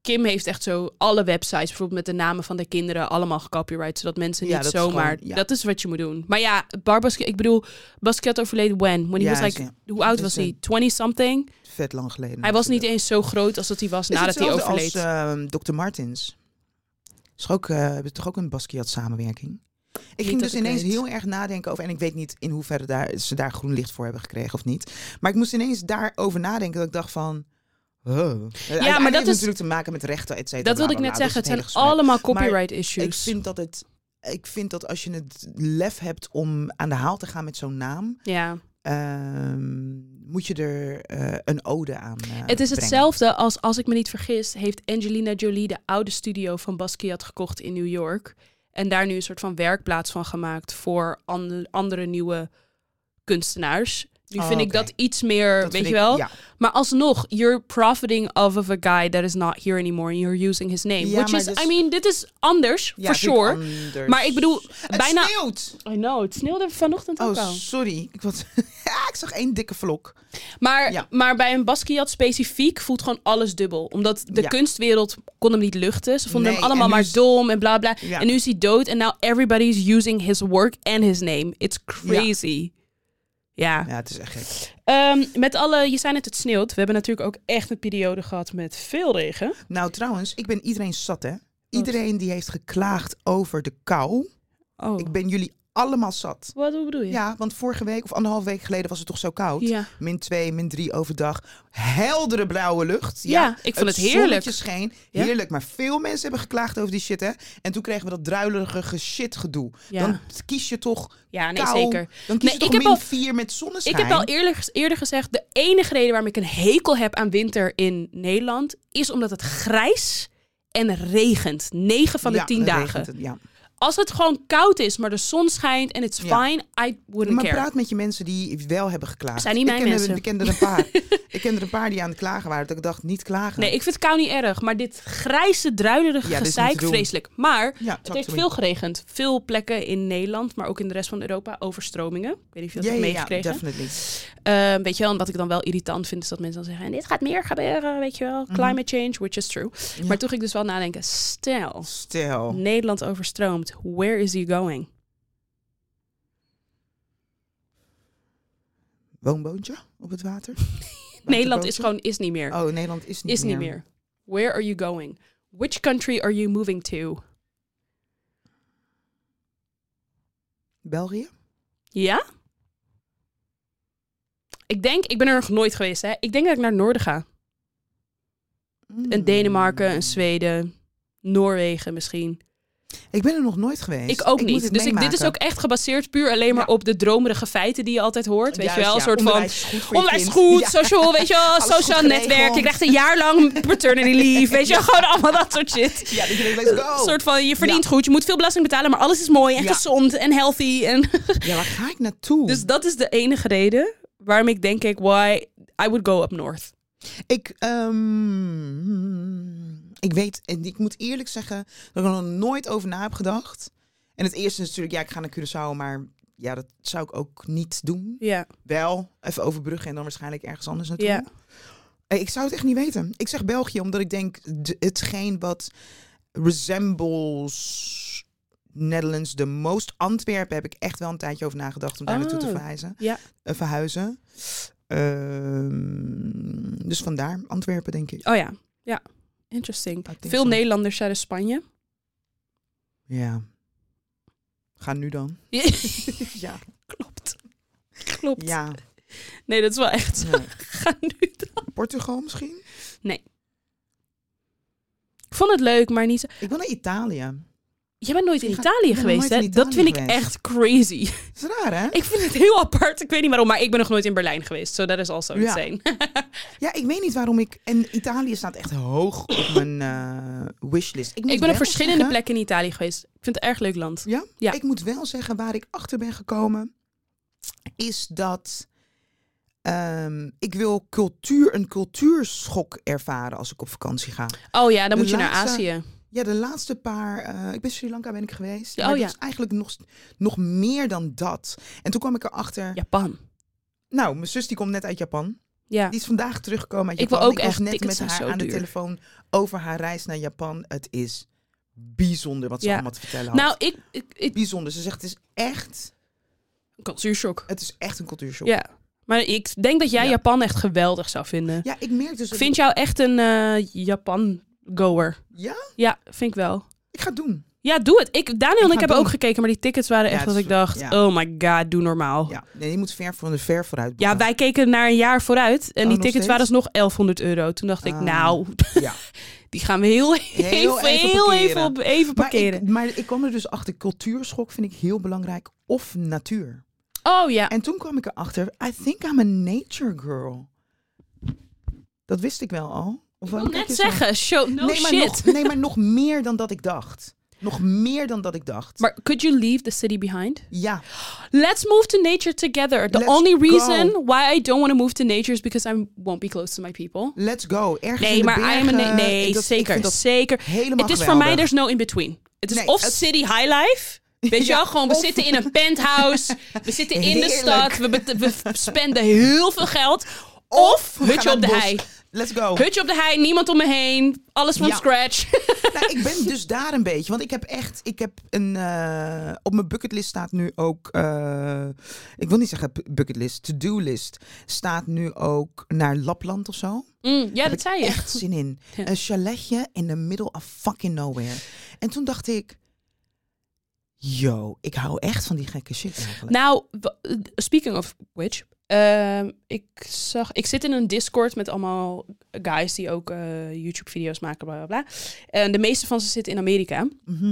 Kim heeft echt zo alle websites, bijvoorbeeld met de namen van de kinderen, allemaal gecopyright, zodat mensen
Ja,
niet
dat is
zomaar...
gewoon- ja.
Dat is wat je moet doen. Maar ja, Barbas, ik bedoel, Basquiat overleden when? When he
Ja,
was
hij
like,
is,
hoe oud
hij
was
is,
hij? 20-something?
Vet lang geleden.
Hij was niet
natuurlijk.
eens zo groot als dat hij was
dus, eh, Is
nadat hij
hetzelfde
overleed.
als ehm, Dr. Martins. Is er ook, eh, hebben ze toch ook een Basquiat-samenwerking? Ik ging
dat
dus
ik
ineens
weet.
heel erg nadenken over... en ik weet niet in hoeverre daar, ze daar groen licht voor hebben gekregen of niet. Maar ik moest ineens daarover nadenken dat ik dacht van... Oh. Uiteindelijk
dat
heeft
is-
natuurlijk te maken met rechten, et cetera.
dat wilde ik
bla,
net
bla, bla.
zeggen. Het
eh, Dat is
zijn
een hele gesprek.
allemaal copyright
Ik
issues.
vind, dat het, ik vind dat als je het lef hebt om aan de haal te gaan met zo'n naam...
Ja.
ehm, moet je er eh, een ode aan eh,
Het is
brengen.
hetzelfde als, als ik me niet vergis, heeft Angelina Jolie de oude studio van Basquiat gekocht in New York. En daar nu een soort van werkplaats van gemaakt voor ander- andere nieuwe kunstenaars. Nu
Oh,
vind ik
oké.
dat iets meer, weet
Dat vind
je
ik-
wel?
ja.
Maar alsnog, you're profiting off of a guy that is not here anymore. And you're using his name.
Ja,
Which
maar
is,
dus-
I mean, dit is anders,
Ja,
for
vind ik
sure.
anders.
Maar ik bedoel,
Het
bijna...
sneeuwt!
I know, het sneeuwde vanochtend ook
Oh,
al.
sorry. Ik, was... *laughs* Ja, ik zag één dikke vlok.
Maar,
Ja.
maar bij een Basquiat specifiek voelt gewoon alles dubbel. Omdat de
Ja.
kunstwereld kon hem niet luchten. Ze vonden
Nee,
hem allemaal
en nu
maar
is-
dom en bla bla.
Ja.
En nu is hij dood en now everybody's using his work and his name. It's crazy. Ja.
Ja, het is echt gek.
Ehm, met alle, je zei net het sneeuwt. We hebben natuurlijk ook echt een periode gehad met veel regen.
Nou, trouwens, ik ben iedereen zat, hè. Iedereen die heeft geklaagd over de kou.
Oh,
Ik ben jullie allemaal zat.
wat hoe bedoel je?
Ja, want vorige week of anderhalf week geleden was het toch zo koud?
Ja.
Min 2, min 3 overdag. Heldere blauwe lucht.
Ja, ik vond het heerlijk.
zonnetje scheen.
Ja.
Heerlijk. Maar veel mensen hebben geklaagd over die shit, hè. En toen kregen we dat druilerige shit gedoe.
Ja.
Dan kies je toch
Ja, nee,
kou.
zeker.
Dan
Nee,
kies je
ik
toch
heb
min
al-
4 met zonneschijn.
Ik heb al eerder, ges- eerder gezegd, de enige reden waarom ik een hekel heb aan winter in Nederland... is omdat het grijs en regent. 9 van de
Ja,
10
dan
dagen.
regent het, ja.
Als het gewoon koud is, maar de zon schijnt en it's
Ja.
fine, I wouldn't
Maar
care.
praat met je mensen die wel hebben geklaagd.
Zijn niet mijn
ik ken er-
mensen.
Ik ken er een
*laughs*
paar. ik ken er een paar die aan het klagen waren. Dat ik dacht, niet klagen.
Nee, ik vind kou niet erg, maar dit grijze, druilerige
Ja, dit is niet
gezeik,
te doen.
vreselijk. Maar
ja,
het heeft veel geregend. Veel plekken in Nederland, maar ook in de rest van Europa, overstromingen. Ik weet niet of je dat
ja,
hebt
ja, ja,
meegekregen.
definitely.
Ehm, weet je wel, en wat ik dan wel irritant vind, is dat mensen dan zeggen... en dit gaat meer gebeuren, weet je wel.
Mhm.
Climate change, which is true. Maar toen ging ik dus wel nadenken, stel,
Stel.
Nederland overstroomt. Where is he going?
Woonboontje op het water?
*laughs* Nederland is
Waterboontje?
gewoon is niet meer.
Oh, Nederland is niet
is
meer.
niet meer. Where are you going? Which country are you moving to?
België?
Ja? Ik denk, ik ben er nog nooit geweest, hè. Ik denk dat ik naar het noorden ga. Een
Mm.
Denemarken, een Zweden, Noorwegen misschien.
Ik ben er nog nooit geweest.
Ik ook
moet
niet.
het
Dus ik, dit is
meemaken.
ook echt gebaseerd puur alleen maar
Ja.
op de dromerige feiten die je altijd hoort. Weet je
Juist,
wel, een
ja,
soort van...
onderwijs is goed voor je
Onderwijs is
kind.
goed,
Ja.
social, weet je wel,
Alles goed
sociaal netwerk.
geregeld.
Je krijgt een jaar
*laughs*
lang paternity leave, weet je wel, gewoon allemaal dat soort shit.
Ja, dat je denkt, let's
Een
go.
soort van, je verdient goed, je moet veel belasting betalen, maar alles is mooi en
Oh. Ja.
gezond en healthy. En...
Ja, waar ga ik naartoe?
*laughs* Dus dat is de enige reden waarom ik denk ik, why I would go up north.
Ik, ehm, ik weet, en ik moet eerlijk zeggen dat ik er nog nooit over na heb gedacht. En het eerste is natuurlijk, ja, ik ga naar Curaçao, maar ja, dat zou ik ook niet doen.
Ja,
Wel, even overbruggen en dan waarschijnlijk ergens anders naartoe.
ja.
Eh, Ik zou het echt niet weten. Ik zeg België, omdat ik denk, d- hetgeen wat resembles Netherlands de most Antwerpen, heb ik echt wel een tijdje over nagedacht om daar naartoe te
Oh,
verhuizen.
ja.
Eh, verhuizen. Ehm, dus vandaar Antwerpen, denk ik.
Oh ja, ja. Interesting.
I think
Veel
so.
Nederlanders zijn in Spanje.
Ja. Ga nu
*laughs*
dan. Ja.
Klopt. Klopt.
Ja.
Nee, dat is wel echt.
Nee.
*laughs* Ga nu dan.
Portugal misschien?
Ik vond het leuk, maar niet. zo-
Ik wil naar Italië.
Jij bent nooit in
Ik ga-
Italië
ik ben
geweest,
nooit in
hè?
Italië
dat vind ik
geweest.
echt crazy. *laughs*
Dat is raar, hè?
Ik vind het heel apart. Ik weet niet waarom, maar ik ben nog nooit in Berlijn geweest. So that is also
Ja.
insane.
Ja, ik weet niet waarom ik... En Italië staat echt hoog op mijn eh, wishlist. moet
*laughs* ik ben op
wel
verschillende
*laughs* zeggen-
plekken in Italië geweest. Ik vind het een erg leuk land.
Ja?
Ja.
Ik moet wel zeggen, waar ik achter ben gekomen, is dat ehm, ik wil cultuur, een cultuurschok ervaren als ik op vakantie ga.
Oh ja, dan
De
moet je naar
laatste-
Azië.
Ja, de laatste paar. eh, ik ben Sri Lanka ben ik geweest.
Ja,
maar
oh
dat
ja.
is eigenlijk nog, nog meer dan dat. En toen kwam ik erachter.
Japan.
Nou, mijn zus die komt net uit Japan.
Ja.
Die is vandaag teruggekomen uit
Ik wil
Japan.
ook
was
echt,
net
tickets
met
zijn
haar
zo
aan de
duur.
telefoon over haar reis naar Japan. Het is bijzonder wat ze
Ja.
allemaal te vertellen had.
Nou, ik, ik, ik
bijzonder. Ze zegt het is echt,
cultuurshock.
het is echt een cultuurshock.
Ja. Maar ik denk dat jij
Ja.
Japan echt geweldig zou vinden.
Ja, ik merk dus.
Ik
dat
vind jou echt een eh, Japan-goer.
ik- ja,
Ja, vind ik wel.
ik ga het doen.
Ja, doe het. Ik, Daniel en
ga
ik hebben
doen.
ook gekeken, maar die tickets waren
Ja,
echt
het
dat
is
ik dacht,
ver- ja.
oh my god, doe normaal. Ja.
Ja, nee, je moet ver van de ver vooruit. boeken.
Oh. wij keken naar een jaar vooruit en
Oh,
die
nog
tickets waren
steeds?
alsnog 1100 euro. Toen dacht ik,
Ah.
nou,
Ja.
*laughs* die gaan we heel, e-
Heel
even,
even
heel even,
parkeren.
op, even
Maar
parkeren.
ik, maar ik kwam er dus achter, cultuurschok vind ik heel belangrijk. Of natuur.
oh ja,
En toen kwam ik erachter, I think I'm a nature girl. Dat wist ik wel al. Of
ik
waarom
wil
kijk
net
je zo-
zeggen, show, no
nee, maar
shit.
nog, nee, maar nog meer dan dat ik dacht. Nog meer dan dat ik dacht.
Maar could you leave the city behind?
ja,
Let's move to nature together. The
Let's
only
go.
reason why I don't want to move to nature is because I won't be close to my people.
let's go. Ergens in
Nee,
de
maar I'm a
bergen.
na- nee,
Ik- dat- ik
zeker,
vind dat
zeker.
helemaal
Het is voor
geweldig.
mij there's no in between. Het is
Nee,
of
het-
city high
*laughs*
life. Weet je
Ja,
wel, gewoon we
of-
zitten in een penthouse, we zitten in de
Heerlijk.
stad, we, bet- we spenden heel veel geld. Of
We gaan
hutje
naar
op de
het bos.
hei.
Let's go.
Hutje op de hei, niemand om me heen, alles van
Ja.
scratch.
*laughs*
*laughs*
Nou, ik ben dus daar een beetje. Want ik heb echt, ik heb een, eh, op mijn bucketlist staat nu ook, eh, ik wil niet zeggen bu- bucketlist, to-do list, staat nu ook naar Lapland of zo.
Mm, ja,
Heb
dat
ik
zei je.
Echt zin in.
*laughs* Ja.
Een chaletje in the middle of fucking nowhere. En toen dacht ik, yo, ik hou echt van die gekke shit eigenlijk.
Nou, w- speaking of which. ehm, ik, zag, ik zit in een Discord met allemaal guys die ook eh, YouTube-video's maken, bla bla bla. En de meeste van ze zitten in Amerika.
Mhm.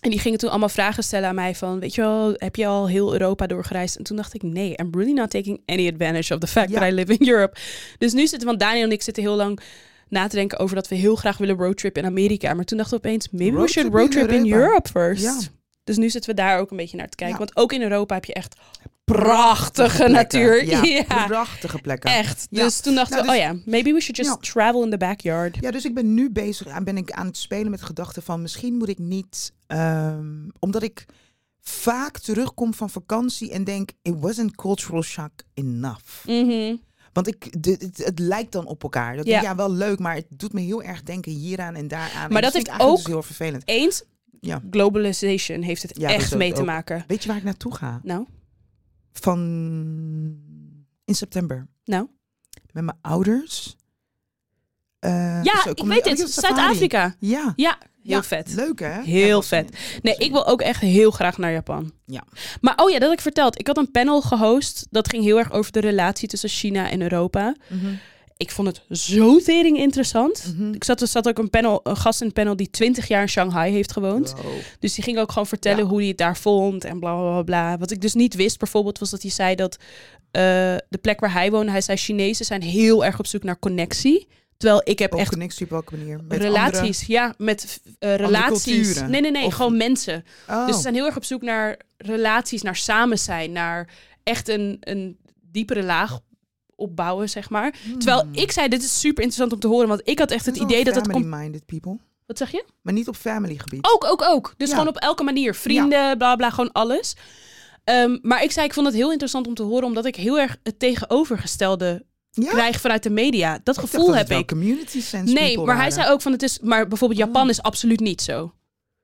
En die gingen toen allemaal vragen stellen aan mij van, weet je wel, heb je al heel Europa doorgereisd? En toen dacht ik, nee, I'm really not taking any advantage of the fact
Ja.
that I live in Europe. Dus nu zitten, want Daniel en ik zitten heel lang na te denken over dat we heel graag willen roadtrip in Amerika. Maar toen dachten we opeens, maybe we
Roadtrip
should
in
roadtrip in,
Europa.
Europe first.
Ja.
Dus nu zitten we daar ook een beetje naar te kijken.
Ja.
Want ook in Europa heb je echt prachtige natuur. *laughs* Ja,
Ja, prachtige plekken.
echt.
Ja.
Dus toen dachten
Nou,
we, oh ja, maybe we should just
Ja.
travel in the backyard.
Ja, dus ik ben nu bezig aan, ben ik aan het spelen met de gedachte van misschien moet ik niet, ehm, omdat ik vaak terugkom van vakantie en denk, it wasn't cultural shock enough.
Mhm.
Want ik, de- het, het lijkt dan op elkaar. Dat
Ja.
ja. ja, wel leuk, maar het doet me heel erg denken hieraan en daaraan.
Maar
en
dat
vind
heeft
ik eigenlijk
ook-
dus heel vervelend.
Eens,
Ja.
globalization heeft het
Ja, dat is
echt
ook-
mee te
ook-
maken.
Weet je waar ik naartoe ga?
Nou,
Van in september.
nou.
Met mijn ouders. Eh,
Ja,
zo,
ik
kom-
weet
oh,
het.
op safari.
Zuid-Afrika.
Ja.
Ja, heel
Ja,
vet.
Leuk hè?
Heel
Ja, was
vet.
een-
Nee, ik wil ook echt heel graag naar Japan.
Ja.
Maar oh ja, dat had ik verteld. Ik had een panel gehost. Dat ging heel erg over de relatie tussen China en Europa.
Mhm.
Ik vond het zo tering interessant.
Mhm.
Ik zat, er zat ook een, panel, een gast in het panel die 20 jaar in Shanghai heeft gewoond.
Wow.
Dus die ging ook gewoon vertellen
Ja.
hoe hij het daar vond en bla bla bla, bla. Wat ik dus niet wist bijvoorbeeld was dat hij zei dat eh, de plek waar hij woonde, hij zei Chinezen zijn heel erg op zoek naar connectie. Terwijl ik heb
Op
echt
connectie op welke manier? Met
relaties, ja, met eh, relaties.
culturen?
Nee, nee, nee,
Of-
gewoon mensen.
andere- Oh.
Dus ze zijn heel erg op zoek naar relaties, naar samen zijn, naar echt een, een diepere laag opbouwen, zeg maar. Terwijl ik zei, dit is super interessant om te horen, want ik had echt het
Zijn ze
idee
hmm. wel
dat het komt...
family-minded people,
Wat zeg je?
maar niet op family gebied.
Ook, ook, ook. Dus
Ja.
gewoon op elke manier. Vrienden, bla bla, gewoon alles. Ehm, maar ik zei, ik vond het heel interessant om te horen, omdat ik heel erg het tegenovergestelde
ja?
krijg vanuit de media. Dat
dacht
gevoel
dat het
heb
wel
ik.
Community sense
Nee,
people
maar hij
waren. Oh.
zei ook van het is. Maar bijvoorbeeld Japan is absoluut niet zo.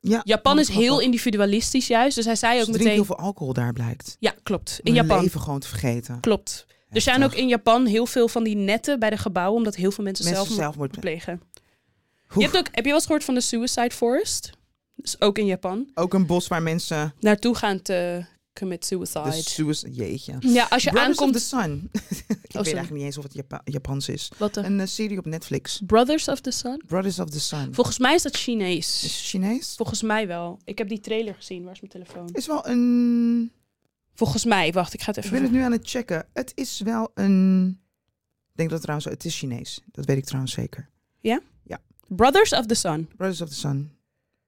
Ja,
Japan
dat
is heel
grappig.
individualistisch juist. Dus hij zei ook
Ze drinken
meteen.
heel veel alcohol daar blijkt.
Ja, klopt. In
Om hun
Japan.
leven gewoon te vergeten.
Klopt. Er zijn ook
Heftig.
in Japan heel veel van die netten bij de gebouwen, omdat heel veel mensen,
Mensen
zelf
zelfmoord plegen.
plegen. Je
Oef.
hebt ook, heb je wel eens gehoord van de Suicide Forest? Dat is ook in Japan.
Ook een bos waar mensen
Naartoe gaan te commit
de
suicide.
suicide... Jeetje.
Ja, als je
Brothers
aankomt. Oh,
of the Sun. *laughs* ik weet
sorry.
eigenlijk niet eens of het Japa- Japans is.
Wat de
Een eh, serie op Netflix.
Brothers of the Sun?
Brothers of the Sun.
Volgens mij is dat
Is het
Chinees.
Chinees?
Volgens mij wel. Ik heb die trailer gezien. Waar is mijn telefoon?
Is wel een...
Volgens mij. Wacht, ik ga het
Ik
even.
ben het nu aan het checken. Het is wel een. Ik denk dat trouwens, het is Chinees. Dat weet ik trouwens zeker.
Brothers of the Sun.
Brothers of the Sun.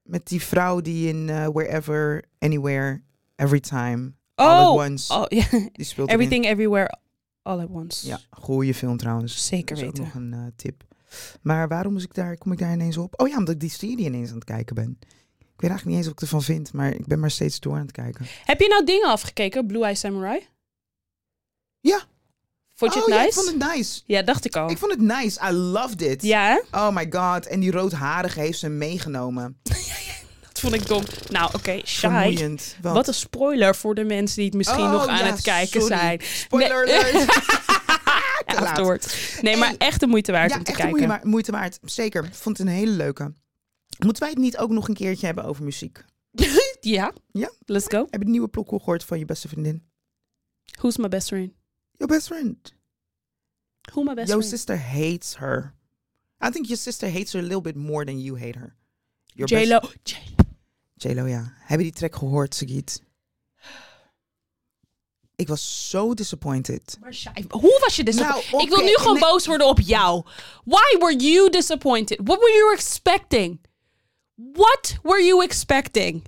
Met die vrouw die in eh, Wherever, Anywhere, Every Time, All
Oh,
at Once.
oh ja.
Die speelt erin.
Everything Everywhere All at Once.
Ja, goeie film trouwens.
Zeker
Dat is ook
weten.
nog een eh, tip. Maar waarom is ik daar, kom ik daar ineens op? Oh ja, omdat ik die serie ineens aan het kijken ben. Ik weet eigenlijk niet eens wat ik ervan vind, maar ik ben maar steeds door aan het kijken.
Heb je nou dingen afgekeken? Blue Eye Samurai?
Ja.
Vond je
oh,
het
ja,
nice?
ik vond het nice.
Ja, dacht ik al.
Ik vond het nice. I loved it.
Ja, hè?
Oh my god. En die roodharige heeft ze meegenomen.
dat vond ik dom. Nou, oké, shy.
Vermoeiend. Wat?
Wat een spoiler voor de mensen die het misschien nog
Oh,
aan
ja,
het kijken
sorry.
zijn.
Spoiler
Nee. *laughs*
alert.
Ja,
Te laat.
afdoord. Nee, maar
Hey.
echt de moeite waard
ja,
om te
echt een
kijken.
moeite, waard- moeite waard. Zeker. Ik vond het een hele leuke. Moeten wij het niet ook nog een keertje hebben over muziek?
*laughs* Ja?
Ja.
Let's go.
Heb je de nieuwe plokkel gehoord van je beste vriendin?
Who's my best friend?
Your best friend.
Who my best
your
friend?
sister hates her. I think your sister hates her a little bit more than you hate her. Your best-
J-Lo. J-
J-Lo, ja. Heb je die track gehoord, Sagiet? Ik was zo disappointed.
Maar Shai, Hoe was je disappointed?
Nou,
Ik wil
oké,
nu gewoon
nee.
boos worden op jou. Why were you disappointed? What were you expecting? What were you expecting?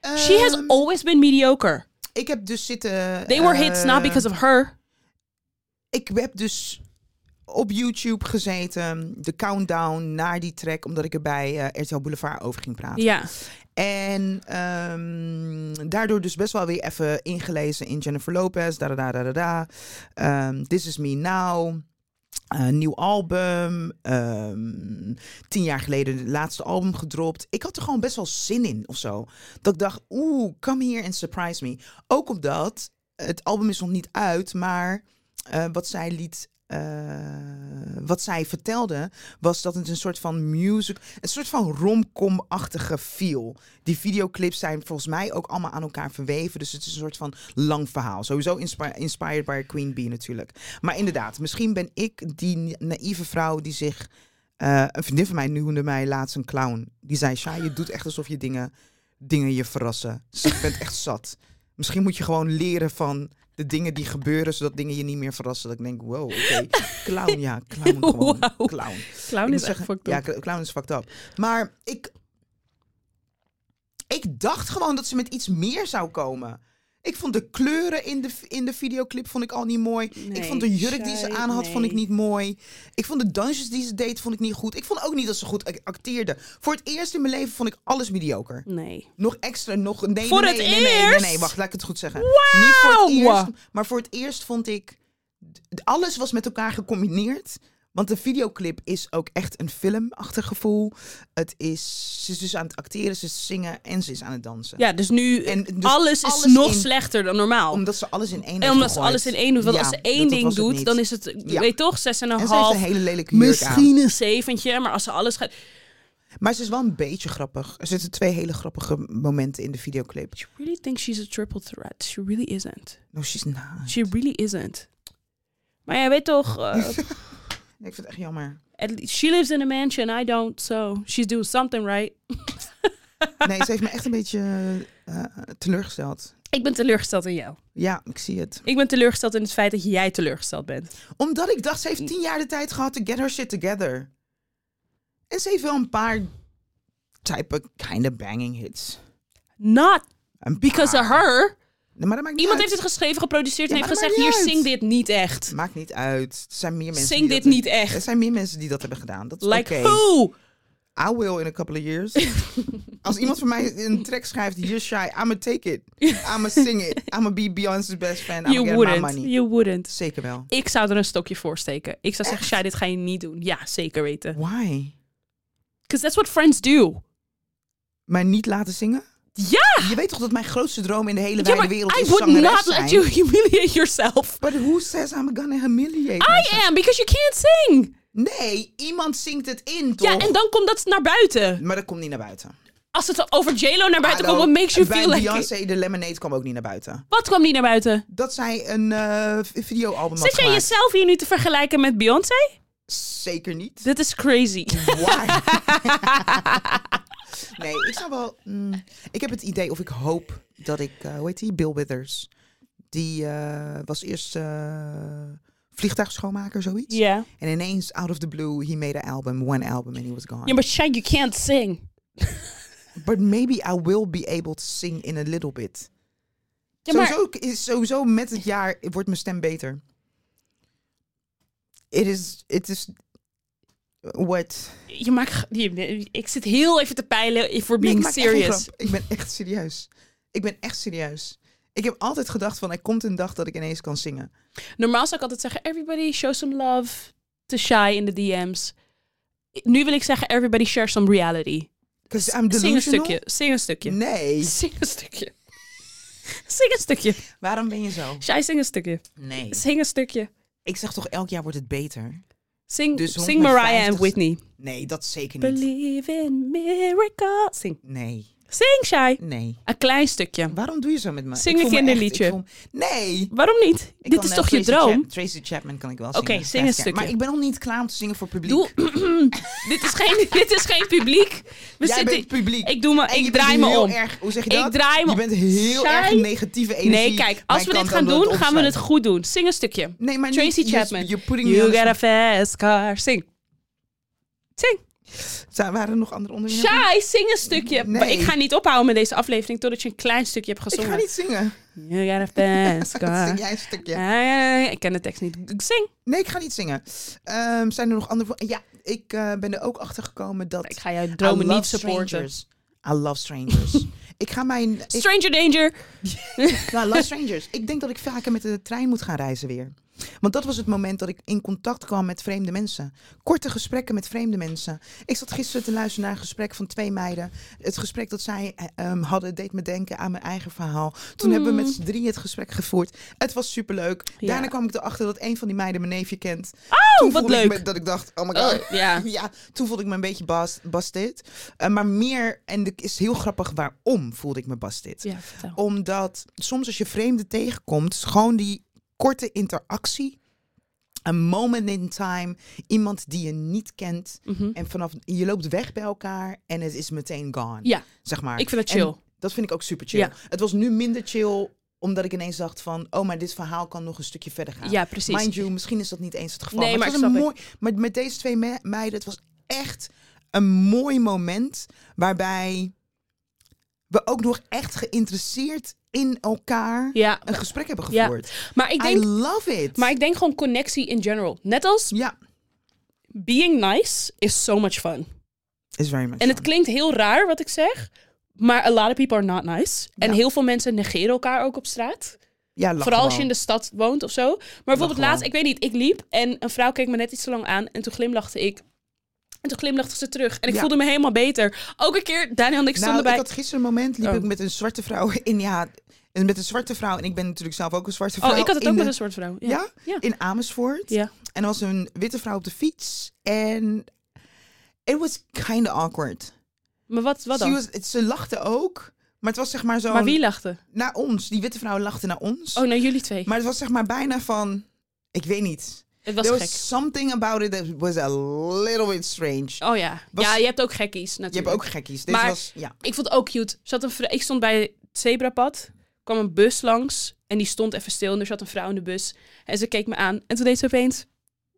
She has
Ehm,
always been mediocre.
ik heb dus zitten... ehm,
They were hits not because of her.
Ik heb dus op YouTube gezeten, de countdown naar die track, omdat ik er bij eh, RTL Boulevard over ging praten.
Ja.
En ehm, daardoor dus best wel weer even ingelezen in Jennifer Lopez. Da, da, da, da, da, da. Ehm, This Is Me Now. eh, nieuw album. ehm, tien jaar geleden het laatste album gedropt. Ik had er gewoon best wel zin in of zo. Dat ik dacht, oeh, come here and surprise me. Ook omdat het album is nog niet uit, maar eh, wat zij liet... eh, wat zij vertelde was dat het een soort van music, een soort van romcom-achtige feel. Die videoclips zijn volgens mij ook allemaal aan elkaar verweven, dus het is een soort van lang verhaal. Sowieso inspi- inspired by Queen Bee natuurlijk. Maar inderdaad, misschien ben ik die naïeve vrouw die zich eh, een vriendin van mij noemde mij laatst een clown. Die zei, Shai, je doet echt alsof je dingen, dingen je verrassen. Dus ik ben echt zat. Misschien moet je gewoon leren van de dingen die gebeuren, zodat dingen je niet meer verrassen. Dat ik denk, wow, oké, clown, ja, clown gewoon,
Wauw.
clown.
Clown
Ik
is
moet
echt
zeggen,
fucked up.
Ja, cl- clown is fucked up. Maar ik... Ik dacht gewoon dat ze met iets meer zou komen. Ik vond de kleuren in de, in de videoclip vond ik al niet mooi. ik
Nee,
vond de jurk die ze
shit,
aan had, vond ik
nee.
niet mooi. Ik vond de dansjes die ze deed, vond ik niet goed. Ik vond ook niet dat ze goed ac- acteerde. Voor het eerst in mijn leven vond ik alles mediocre.
Nee.
Nog extra, nog... Nee,
Voor
nee,
het
nee, nee, nee, nee,
eerst?
nee, wacht, laat ik het goed zeggen. Niet voor het
Wauw!
eerst, maar voor het eerst vond ik... d- Alles was met elkaar gecombineerd. Want de videoclip is ook echt een filmachtig gevoel. Het is... Ze is dus aan het acteren, ze is zingen en ze is aan het dansen.
Ja, dus nu
En dus
alles is
alles
nog
in-
slechter dan normaal.
Omdat ze alles in één heeft
en omdat ze
gegooid.
alles in één doet. Want
Ja,
als ze
dat-
één
dat was
ding
het
doet,
niet.
dan is het, ik
Ja.
weet toch, zes en een
En ze heeft
half.
een hele lelijke jurk aan.
Misschien een zeventje, maar als ze alles gaat...
Maar ze is wel een beetje grappig. Er zitten twee hele grappige momenten in de videoclip.
She really thinks she's a triple threat. She really isn't.
No, she's not.
She really isn't. Maar jij weet toch,
*laughs*
eh,
Ik vind het echt jammer.
at least- she lives in a mansion, I don't, so she's doing something right.
Nee, ze heeft me echt een beetje eh, teleurgesteld.
Ik ben teleurgesteld in jou.
Ja, ik zie het.
Ik ben teleurgesteld in het feit dat jij teleurgesteld bent.
Omdat ik dacht, ze heeft tien jaar de tijd gehad to get her shit together. En ze heeft wel een paar type kind of banging hits.
Not
Een
because
paar.
of her.
Nee, maar dat maakt niet
Iemand
uit.
heeft het geschreven, geproduceerd en
Ja,
heeft
maar dat
gezegd, hier,
maakt niet
zing
uit.
dit niet echt.
Maakt niet uit. Er zijn meer mensen
Zing
die
dit
dat-
niet
Er
echt.
zijn meer mensen die dat hebben gedaan. Dat is
Like
oké.
who?
I will in a couple of
*laughs*
years. Als iemand van mij een track schrijft, you're shy, I'ma take it. I'ma sing it. I'ma be Beyoncé's best fan. I'ma
You
get my
wouldn't.
money.
You wouldn't.
Zeker wel.
Ik zou er een stokje voor steken. Ik zou zeggen, Shai, dit ga je niet doen. Ja, zeker weten.
Why?
Because that's what friends do.
Maar niet laten zingen?
Ja!
Je weet toch dat mijn grootste droom in de hele
Ja,
wijde
maar
wereld
I
is
would
zangeres
not
zijn?
let you *laughs* humiliate yourself.
But who says I'm gonna humiliate myself?
I am, because you can't sing.
Nee, iemand zingt het in, toch?
Ja, en dan komt dat naar buiten.
Maar dat komt niet naar buiten.
Als het over JLo naar buiten komt, what
Hallo,
makes you
bij
feel like...
Beyoncé, de Lemonade kwam ook niet naar buiten.
Wat kwam niet naar buiten?
Dat zij een eh, v- videoalbum had
Zit jij
gemaakt.
jezelf hier nu te vergelijken met Beyoncé?
Zeker
*laughs*
niet.
Dit is crazy.
Why? *laughs* nee, ik zou wel. mm, ik heb het idee, of ik hoop dat ik. eh hoe heet die? Bill Withers. Die eh, was eerst eh, vliegtuigschoonmaker, zoiets.
Ja.
En ineens, out of the blue, he made an album, one album, and he was gone.
Ja, maar Shai, you can't sing.
But maybe I will be able to sing in a little bit.
Ja, maar-
sowieso, is, sowieso met het jaar wordt mijn stem beter. It is, it is, What?
Je maakt, je- ik zit heel even te peilen if we're
Nee,
being
ik maak echt geen
serious.
grap. Ik ben echt serieus. Ik ben echt serieus. Ik heb altijd gedacht van, er komt een dag dat ik ineens kan zingen.
Normaal zou ik altijd zeggen, everybody show some love to Shy in de DM's. Nu wil ik zeggen, everybody share some reality.
Because I'm
Zing een
delusional.
stukje, zing een stukje.
Nee.
Zing een stukje. *laughs* Zing een stukje.
Waarom ben je zo?
Shy, zing een stukje.
Nee.
Zing een stukje.
Ik zeg toch, elk jaar wordt het beter?
Zing,
Dus hond
zing
met
Mariah en
50
Whitney.
Nee, dat zeker niet.
Believe in miracles. Zing.
Nee,
Zing, Shy.
nee.
Een klein stukje.
Waarom doe je zo met me?
Zing
Ik
een
voel me
kinderliedje.
echt- ik voel- Nee.
Waarom niet?
Ik
Dit
kan,
is
eh,
toch je
Tracy
droom?
Chap- Tracy Chapman kan ik wel
Oké,
zingen.
zing
Best,
een
ja.
stukje.
Maar ik ben nog niet klaar om te zingen voor publiek.
Doe. *clears throat* dit, is geen,
*laughs*
dit is geen publiek. We
Jij
zitten-
bent publiek.
Ik, doe me,
En
ik
je
draai
bent
me
heel
om.
Erg, hoe zeg je
Ik
dat?
draai me
Je bent heel erg
Zij-
negatieve energie.
Nee, kijk, als
mijn
we dit
kant
gaan
aan
doen, gaan we het
opsluiten.
goed doen. Zing een stukje.
Nee, maar
Tracy
niet, dus
Chapman.
Je, je putting me
You
on the
got a fast car. Zing. Zing.
spot. Zijn- Waren er nog andere onderwerpen?
Shy, zing een stukje.
Nee.
Maar Ik ga niet ophouden met deze aflevering totdat je een klein stukje hebt
Ik
gezongen.
ga niet zingen. *laughs*
You got a fast
Dat
car.
zing jij een stukje.
Ah, ik ken de tekst niet. Zing.
Nee, ik ga niet zingen. Ehm, zijn er nog andere... Ja, ik eh, ben er ook achter gekomen dat...
Ik ga jouw
I
dromen
love
niet supporten.
strangers. I love
*laughs*
strangers. ik ga mijn... Ik,
Stranger danger.
nou, I love strangers. Ik denk dat ik vaker met de trein moet gaan reizen weer. Want dat was het moment dat ik in contact kwam met vreemde mensen. Korte gesprekken met vreemde mensen. Ik zat gisteren te luisteren naar een gesprek van twee meiden. Het gesprek dat zij eh, ehm, hadden deed me denken aan mijn eigen verhaal. Toen hebben we met z'n drie het gesprek gevoerd. Het was superleuk.
Mm. Ja.
Daarna kwam ik erachter dat een van die meiden mijn neefje kent.
Oh,
Toen
wat
voelde ik
leuk.
me- dat ik dacht, oh my god.
Oh, ja.
*laughs* Ja, toen voelde ik me een beetje bas- bastid. Eh, maar meer, en het is heel grappig waarom voelde ik me bastid.
Ja, vertel.
Omdat soms als je vreemden tegenkomt, is gewoon die korte interactie. Een moment in time. Iemand die je niet kent.
Mhm.
En vanaf je loopt weg bij elkaar en het is meteen gone.
Ja,
Zeg maar.
ik vind dat
En
chill.
dat vind ik ook super chill.
Ja.
Het was nu minder chill omdat ik ineens dacht van, oh, maar dit verhaal kan nog een stukje verder gaan.
Ja, precies.
Mind you, misschien is dat niet eens het geval.
Nee,
maar
maar
het
ik
was een
snap
mooi. Maar met deze twee me- meiden, het was echt een mooi moment waarbij we ook nog echt geïnteresseerd in elkaar
Ja.
een gesprek hebben
Ja.
gevoerd.
Maar ik
I
denk,
love it.
maar ik denk gewoon connectie in general. Net als
ja,
being nice is so much fun.
is very much.
En het
fun.
klinkt heel raar wat ik zeg, maar a lot of people are not nice. En
Ja.
heel veel mensen negeren elkaar ook op straat.
ja, lach
Vooral als je
gewoon.
in de stad woont of zo. Maar bijvoorbeeld
gewoon.
laatst, ik weet niet, ik liep en een vrouw keek me net iets te lang aan en toen glimlachte ik. En toen glimlachte ze terug. En ik
Ja.
voelde me helemaal beter. Ook een keer, Daniel en ik
Nou,
stonden
ik
bij...
had gisteren een moment, liep
Oh.
ik met een zwarte vrouw *laughs* in, ja, en met een zwarte vrouw. En ik ben natuurlijk zelf ook een zwarte vrouw.
Oh, ik had het
in
ook
de-
met een soort vrouw. Ja?
Ja?
Ja.
in Amersfoort.
Ja.
En er was een witte vrouw op de fiets. En it was kind of awkward.
Maar wat, wat
She
dan?
was- ze lachte ook. Maar het was zeg maar zo
Maar wie lachte?
naar ons. Die witte vrouw lachte naar ons.
Oh, nou jullie twee.
Maar het was zeg maar bijna van, ik weet niet.
het was
There
gek.
was something about it that was a little bit strange.
Oh ja.
Was-
Ja, je hebt ook gekkies
Je hebt
natuurlijk.
ook gekkies. Dit
Maar-
was, ja.
Ik vond het ook cute. Er Zat een vrou- ik stond bij het zebrapad. kwam een bus langs. En die stond even stil. En er zat een vrouw in de bus. En ze keek me aan. En toen deed ze opeens...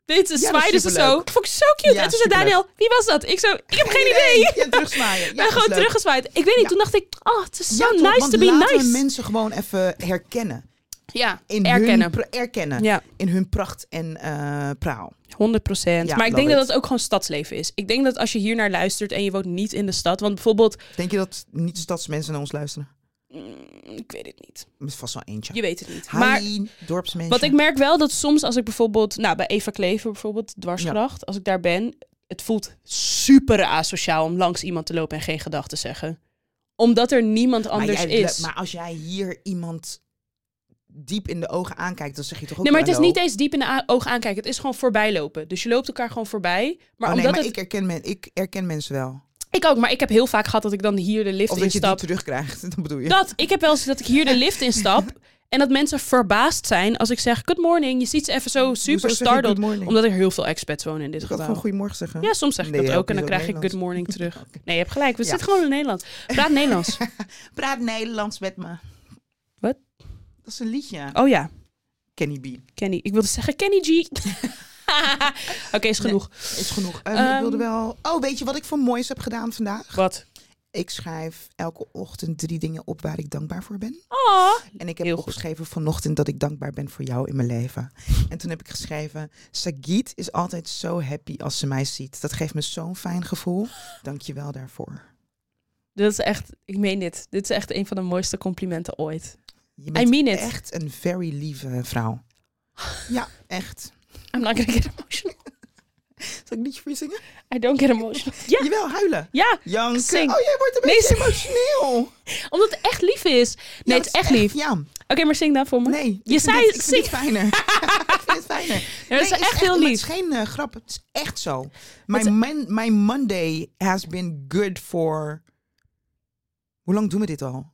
Dit ze
Ja, dat is
zwaaide ze zo.
superleuk.
Vond ik zo cute.
Ja,
en toen zei
superleuk.
Daniel, wie was dat? Ik zo, *laughs* ik heb geen idee.
Ja, terugzwaaien. Ja,
en
dat is
gewoon
leuk.
teruggezwaaid. Ik weet niet,
Ja.
toen dacht ik, oh, het is
Ja,
zo
toch?
nice
Want
to be
laten we
nice.
mensen gewoon even herkennen.
ja,
In Hun
erkennen.
pra- erkennen.
Ja,
In hun pracht en eh, praal.
100 procent.
Ja,
maar ik
love
denk dat
it.
dat ook gewoon stadsleven is. Ik denk dat als je hier naar luistert en je woont niet in de stad. Want bijvoorbeeld,
Denk je dat niet stadsmensen naar ons luisteren?
mm, ik weet het niet.
Er is vast wel eentje.
Je weet het niet.
Hi,
Maar
dorpsmensen.
Wat ik merk wel dat soms als ik bijvoorbeeld, nou bij Eva Klever bijvoorbeeld, dwarsgracht, als ik daar ben, het voelt super asociaal om langs iemand te lopen en geen gedag te zeggen. Omdat er niemand anders
maar jij-
is.
Maar als jij hier iemand diep in de ogen aankijkt, dan zeg je toch ook
nee, maar het is
hallo?
niet eens diep in de a- ogen aankijken. Het is gewoon voorbijlopen. Dus je loopt elkaar gewoon voorbij. Maar
Oh, nee,
omdat
maar
het,
ik, herken men, ik herken mensen wel.
ik... ook, maar ik heb heel vaak gehad dat ik dan hier de lift
Of dat je die
instap.
terugkrijgt, *laughs* dat bedoel je.
Dat, ik heb wel eens dat ik
*laughs*
hier de lift instap en dat mensen verbaasd zijn als ik zeg good morning. Je ziet ze even zo
Hoezo
super
zeg je
startled.
good morning?
Omdat er heel veel expats wonen in dit
Ik had
geval.
gewoon goedemorgen zeggen.
Ja, soms zeg ik
Nee,
dat
je
ook en dan
hebt
krijg
niet
ik
ook
good morning terug.
Oké.
Nee, je hebt gelijk. We
Ja.
zitten gewoon in Nederland. Praat *laughs* Nederlands.
Praat Nederlands met me.
Wat?
Dat is een liedje.
Oh ja,
Kenny B.
Kenny. Ik wilde zeggen Kenny *laughs* G. Oké, is genoeg.
Is genoeg. Ehm,
Ehm,
ik wilde wel... Oh, weet je wat ik voor moois heb gedaan vandaag?
Wat?
Ik schrijf elke ochtend drie dingen op waar ik dankbaar voor ben.
Oh,
En ik heb
Heel goed.
opgeschreven vanochtend dat ik dankbaar ben voor jou in mijn leven. En toen heb ik geschreven, Sagit is altijd zo happy als ze mij ziet. Dat geeft me zo'n fijn gevoel. Dank je wel daarvoor.
dat is echt, ik meen dit. Dit is echt een van de mooiste complimenten ooit.
Je
I
bent
mean it.
echt een very lieve
*laughs*
vrouw. Ja, echt.
I'm not gonna get emotional.
Zal ik een liedje voor je zingen?
I don't get emotional. Ja,
Jawel, huilen.
ja,
Janken.
Zing.
Oh, jij wordt een
Nee,
beetje
zing.
emotioneel.
omdat het echt lief is. Nee,
Ja,
het is echt lief. Oké,
Ja,
maar zing dan voor me.
nee. ik
Je
vind
zei
dit-
het,
Ik vind het fijner. *laughs* ik vind het fijner.
Ja, dat is
Nee,
echt,
het
heel
maar Het
lief.
is geen eh, grap, het is echt zo.
Het
My,
is-
mon- my Monday has been good for... Hoe lang doen we dit al?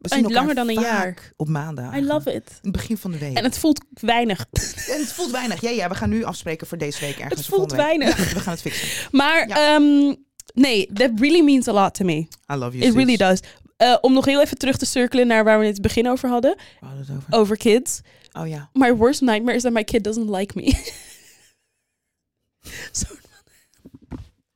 We zien
Eh,
elkaar
langer dan een
vaak
jaar.
Op maandag.
I love it.
In het begin van de week.
En het voelt weinig.
En het voelt weinig. Ja, ja, we gaan nu afspreken voor deze week ergens.
Het
of volgende
voelt
week.
weinig.
Ja, *laughs* we gaan het fixen.
Maar ehm, nee, that really means a lot to me.
I love you,
It
sis.
really does. Eh, om nog heel even terug te cirkelen naar waar we het in het begin over hadden.
We hadden het over.
Over kids.
Oh, ja.
My worst nightmare is that my kid doesn't like me. *laughs* Zo-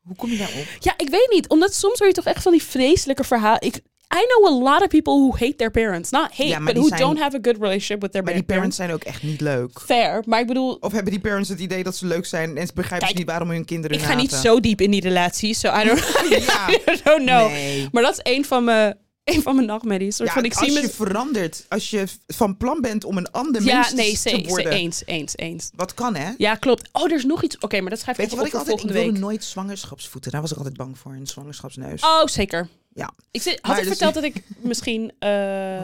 Hoe kom je daarop?
ja, ik weet niet. Omdat soms hoor je toch echt van die vreselijke verhalen. Ik, I know a lot of people who hate their parents. Not hate,
Ja, maar
but
die
who
zijn-
don't have a good relationship with their
Maar die parents Oh, zijn ook echt niet leuk.
Fair, maar ik bedoel,
Of hebben die parents het idee dat ze leuk zijn en ze begrijpen
Kijk,
ze niet waarom hun kinderen
ik
hun
ga niet
haten?
zo diep in die relatie. So I don't, *laughs*
*laughs* Ja.
I don't know.
Nee.
Maar dat is een van mijn, een van mijn nachtmerries. Soort
Ja,
van, ik
als
zie
je
me-
verandert, als je v- van plan bent om een ander mens
Ja,
te-
nee,
te
ze, ze,
worden,
eens, eens, eens.
wat kan hè?
Ja, klopt. Oh, er is nog iets. Oké, maar dat schrijf ik
Weet je
even
wat
op
ik
voor
altijd,
volgende
ik wilde
week.
nooit zwangerschapsvoeten. Daar was ik altijd bang voor, een zwangerschapsneus.
Oh, zeker.
Ja.
Ik zit, had
Maar
ik
dus-
verteld dat ik
*laughs*
misschien... eh,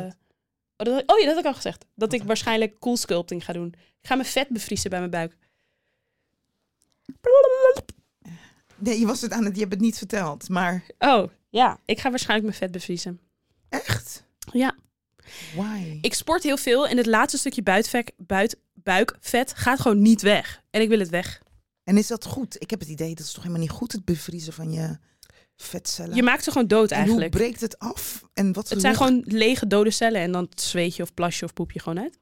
Wat?
oh, dat, oh ja, dat had ik al gezegd. Dat ik waarschijnlijk cool sculpting ga doen. Ik ga mijn vet bevriezen bij mijn buik.
Nee, je was het aan het, je hebt het niet verteld, maar
Oh, ja. Ik ga waarschijnlijk mijn vet bevriezen.
echt?
Ja.
Why?
Ik sport heel veel en het laatste stukje buitvek, buit, buikvet gaat gewoon niet weg. En ik wil het weg.
En is dat goed? Ik heb het idee, dat is toch helemaal niet goed, het bevriezen van je vetcellen?
Je maakt ze gewoon dood
en hoe
eigenlijk.
breekt het af? En wat
Het zijn
hoe-
gewoon lege dode cellen en dan zweet je of plas je of poep je gewoon uit.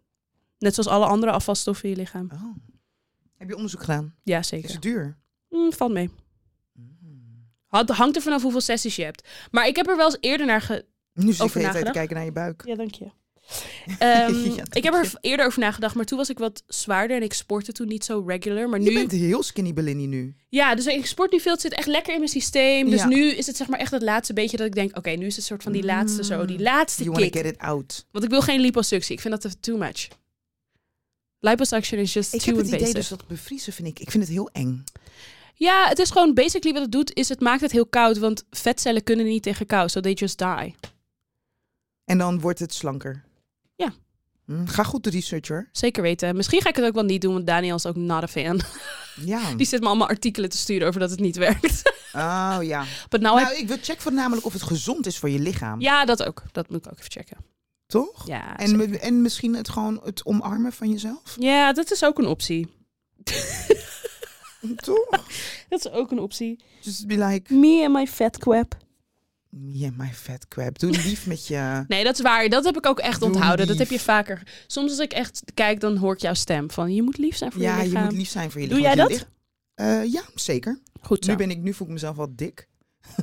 Net zoals alle andere afvalstoffen in je lichaam.
Oh. Heb je onderzoek gedaan?
Ja,
Is
zeker.
het duur? Mm.
Mm, valt mee. Het hangt er vanaf hoeveel sessies je hebt. Maar ik heb er wel eens eerder naar ge...
Nu zit ik
Over
de hele tijd te
nagedacht?
kijken naar je buik.
Ja, dank je.
*laughs* Ja, dank
Ehm, ik heb er
je.
eerder over nagedacht, maar toen was ik wat zwaarder en ik sportte toen niet zo regular. Maar
Je
nu...
bent heel skinny Belindy nu.
Ja, dus ik sport nu veel. Het zit echt lekker in mijn systeem. Dus
Ja. Mm.
nu is het zeg maar echt het laatste beetje dat ik denk... Oké, nu is het soort van die laatste zo, die laatste
You wanna
kick.
get it out.
Want ik wil geen liposuctie. Ik vind dat too much. Liposuction is just
Ik
too
heb het
invasive.
idee dus dat bevriezen vind ik. Ik vind het heel eng.
Ja, het is gewoon basically wat het doet, is het maakt het heel koud. Want vetcellen kunnen niet tegen kou, so they just die.
En dan wordt het slanker.
Ja.
Hm, ga goed de research hoor.
Zeker weten. Misschien ga ik het ook wel niet doen, want Daniel is ook not a fan.
Hm. Ja.
Die zit me allemaal artikelen te sturen over dat het niet *laughs* werkt.
Oh ja.
But now I-
Nou, ik wil checken voornamelijk of het gezond is voor je lichaam.
Ja, dat ook. Dat moet ik ook even checken.
Toch?
Ja,
En, me- en misschien het gewoon het omarmen van jezelf. *laughs*
ja dat is ook een optie.
Toch?
Dat is ook een optie.
Just be like,
Me and my fat quap.
yeah, my fat crap. Doe lief
*laughs*
met je.
Nee, dat is waar. Dat heb ik ook echt
Doe
onthouden. Dat
lief.
heb je vaker. Soms als ik echt kijk, dan hoor ik jouw stem. Van, je moet lief zijn voor
Ja,
je
je
lichaam.
moet lief zijn voor je
Doe
lichaam.
jij
Want je lich- Eh, ja, zeker.
Goed
Nu
zo.
ben ik, nu voel ik mezelf wel dik.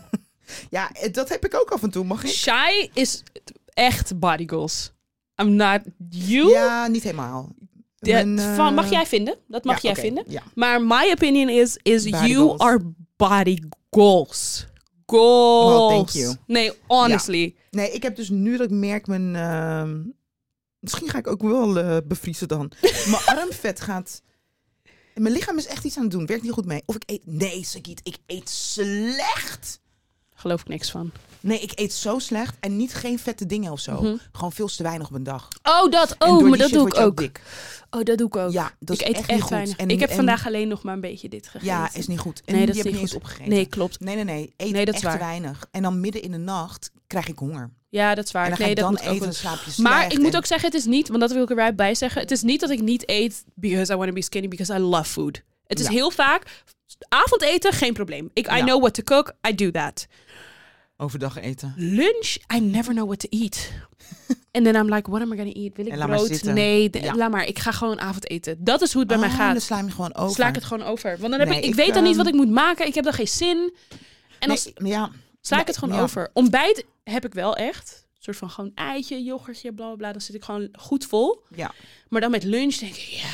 *laughs* ja, eh, dat heb ik ook af en toe. Mag ik?
Shy is echt body goals. I'm not you.
Ja, niet helemaal.
Dat
Mijn, eh,
van, mag jij vinden. Dat mag
ja,
jij
oké,
vinden.
Ja.
Maar my opinion is, is
Body
you
goals.
are body goals. Goals.
Well, thank you.
Nee, honestly.
Nee, ik heb dus nu dat ik merk mijn... ehm, misschien ga ik ook wel eh, bevriezen
*laughs*
dan. Mijn armvet gaat... en Mijn lichaam is echt iets aan het doen. Werkt niet goed mee. Of ik eet... Nee, Sagiet, ik eet slecht.
Geloof ik niks van.
Nee, ik eet zo slecht. En niet geen vette dingen of zo.
Mhm.
Gewoon veel te weinig op een dag.
Oh, dat.
en door
Oh, maar
die
dat
shit
doe
word
ik
je
ook.
dik.
Oh, dat doe ik ook.
Ja, dat
ik
is
eet
echt,
echt,
niet goed.
weinig.
En-
ik heb
en-
vandaag alleen nog maar een beetje dit gegeten.
Ja, is niet goed. En
Nee,
die
dat is
heb ik
niet
eens
goed.
opgegeten.
Nee, klopt.
Nee, nee, nee. Eet
Nee, dat is
echt te
waar.
weinig. En dan midden in de nacht krijg ik honger.
Ja, dat is waar.
en dan ga
nee,
ik
dat
dan
moet ik
eten
ook
en
wel.
dan slaap je
Maar
slecht
ik moet
en-
ook zeggen, het is niet, want dat wil ik er right bij zeggen. Het is niet dat ik niet eet because I want to be skinny, because I love food. Het is
Ja.
heel vaak, avondeten, geen probleem. Ik, I
Ja.
know what to cook, I do that.
Overdag eten.
Lunch, I never know what to
*laughs*
eat. And then I'm like, what am I gonna eat? Wil ik
En laat maar
brood?
zitten.
Nee, de-
Ja.
laat maar. Ik ga gewoon avondeten. Dat is hoe het bij mij
Ah,
gaat.
Dan sla je hem gewoon over.
Sla ik het gewoon over. Want dan heb
Nee,
ik, ik,
ik,
weet dan niet wat
ehm,
ik moet maken. Ik heb dan geen zin. En
Nee,
als,
ja,
Sla ik het gewoon
Ja.
over. Ontbijt heb ik wel echt. Een soort van gewoon eitje, yoghurtje, bla bla bla. Dan zit ik gewoon goed vol.
Ja.
Maar dan met lunch denk ik, ja.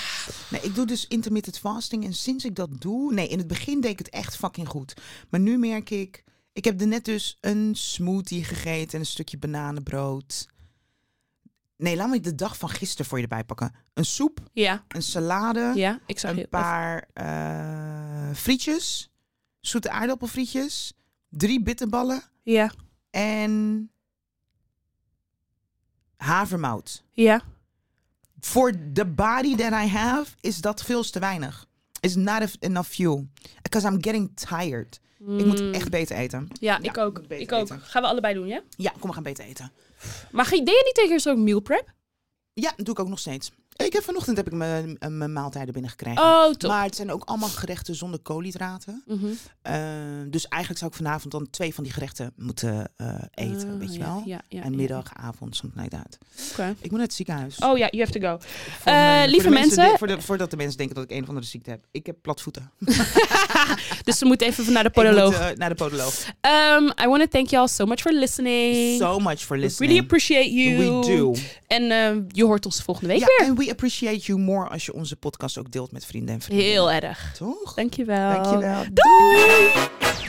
Nee, ik doe dus intermittent fasting en sinds ik dat doe... Nee, in het begin deed ik het echt fucking goed. Maar nu merk ik... Ik heb er net dus een smoothie gegeten en een stukje bananenbrood. Nee, laat me de dag van gisteren voor je erbij pakken. Een soep,
Ja,
een salade,
ja. Ik zag
een
je-
paar eh, frietjes. Zoete aardappelfrietjes. Drie bitterballen
Ja,
en havermout.
ja.
Voor the body that I have is dat veel te weinig. Is not enough fuel. Because I'm getting tired. Ik
Mm.
moet echt beter eten.
Ja,
Ja,
ik ook.
moet beter
Ik ook.
eten.
Gaan we allebei doen, ja?
Ja, kom, we gaan beter eten.
Maar ge- deed je niet tegen eerst ook meal prep?
Ja, dat doe ik ook nog steeds. Ik heb vanochtend heb ik mijn, mijn maaltijden binnengekregen.
Oh, top.
maar het zijn ook allemaal gerechten zonder koolhydraten.
Mhm.
Eh, dus eigenlijk zou ik vanavond dan twee van die gerechten moeten eh, eten,
Ah,
weet je
ja,
wel?
Ja, ja,
en
ja.
middag, avond, something like that.
Oké.
Ik moet naar het ziekenhuis.
Oh ja, you have
*laughs*
to go.
Voor, eh,
Eh,
voor
lieve
de
mensen.
die- voor de, voordat de mensen denken dat ik een of andere ziekte heb. Ik heb platvoeten.
Dus we moeten even naar de podoloog.
Ik moet, eh, naar de podoloog.
Um, I want to thank you all so much for listening.
So much for
We
listening.
really appreciate you.
We do.
En ehm, je hoort ons volgende week
Ja,
weer.
en we appreciate you more als je onze podcast ook deelt met vrienden en vrienden.
Heel erg.
Toch?
Dankjewel.
Dankjewel.
Doei!
Doei.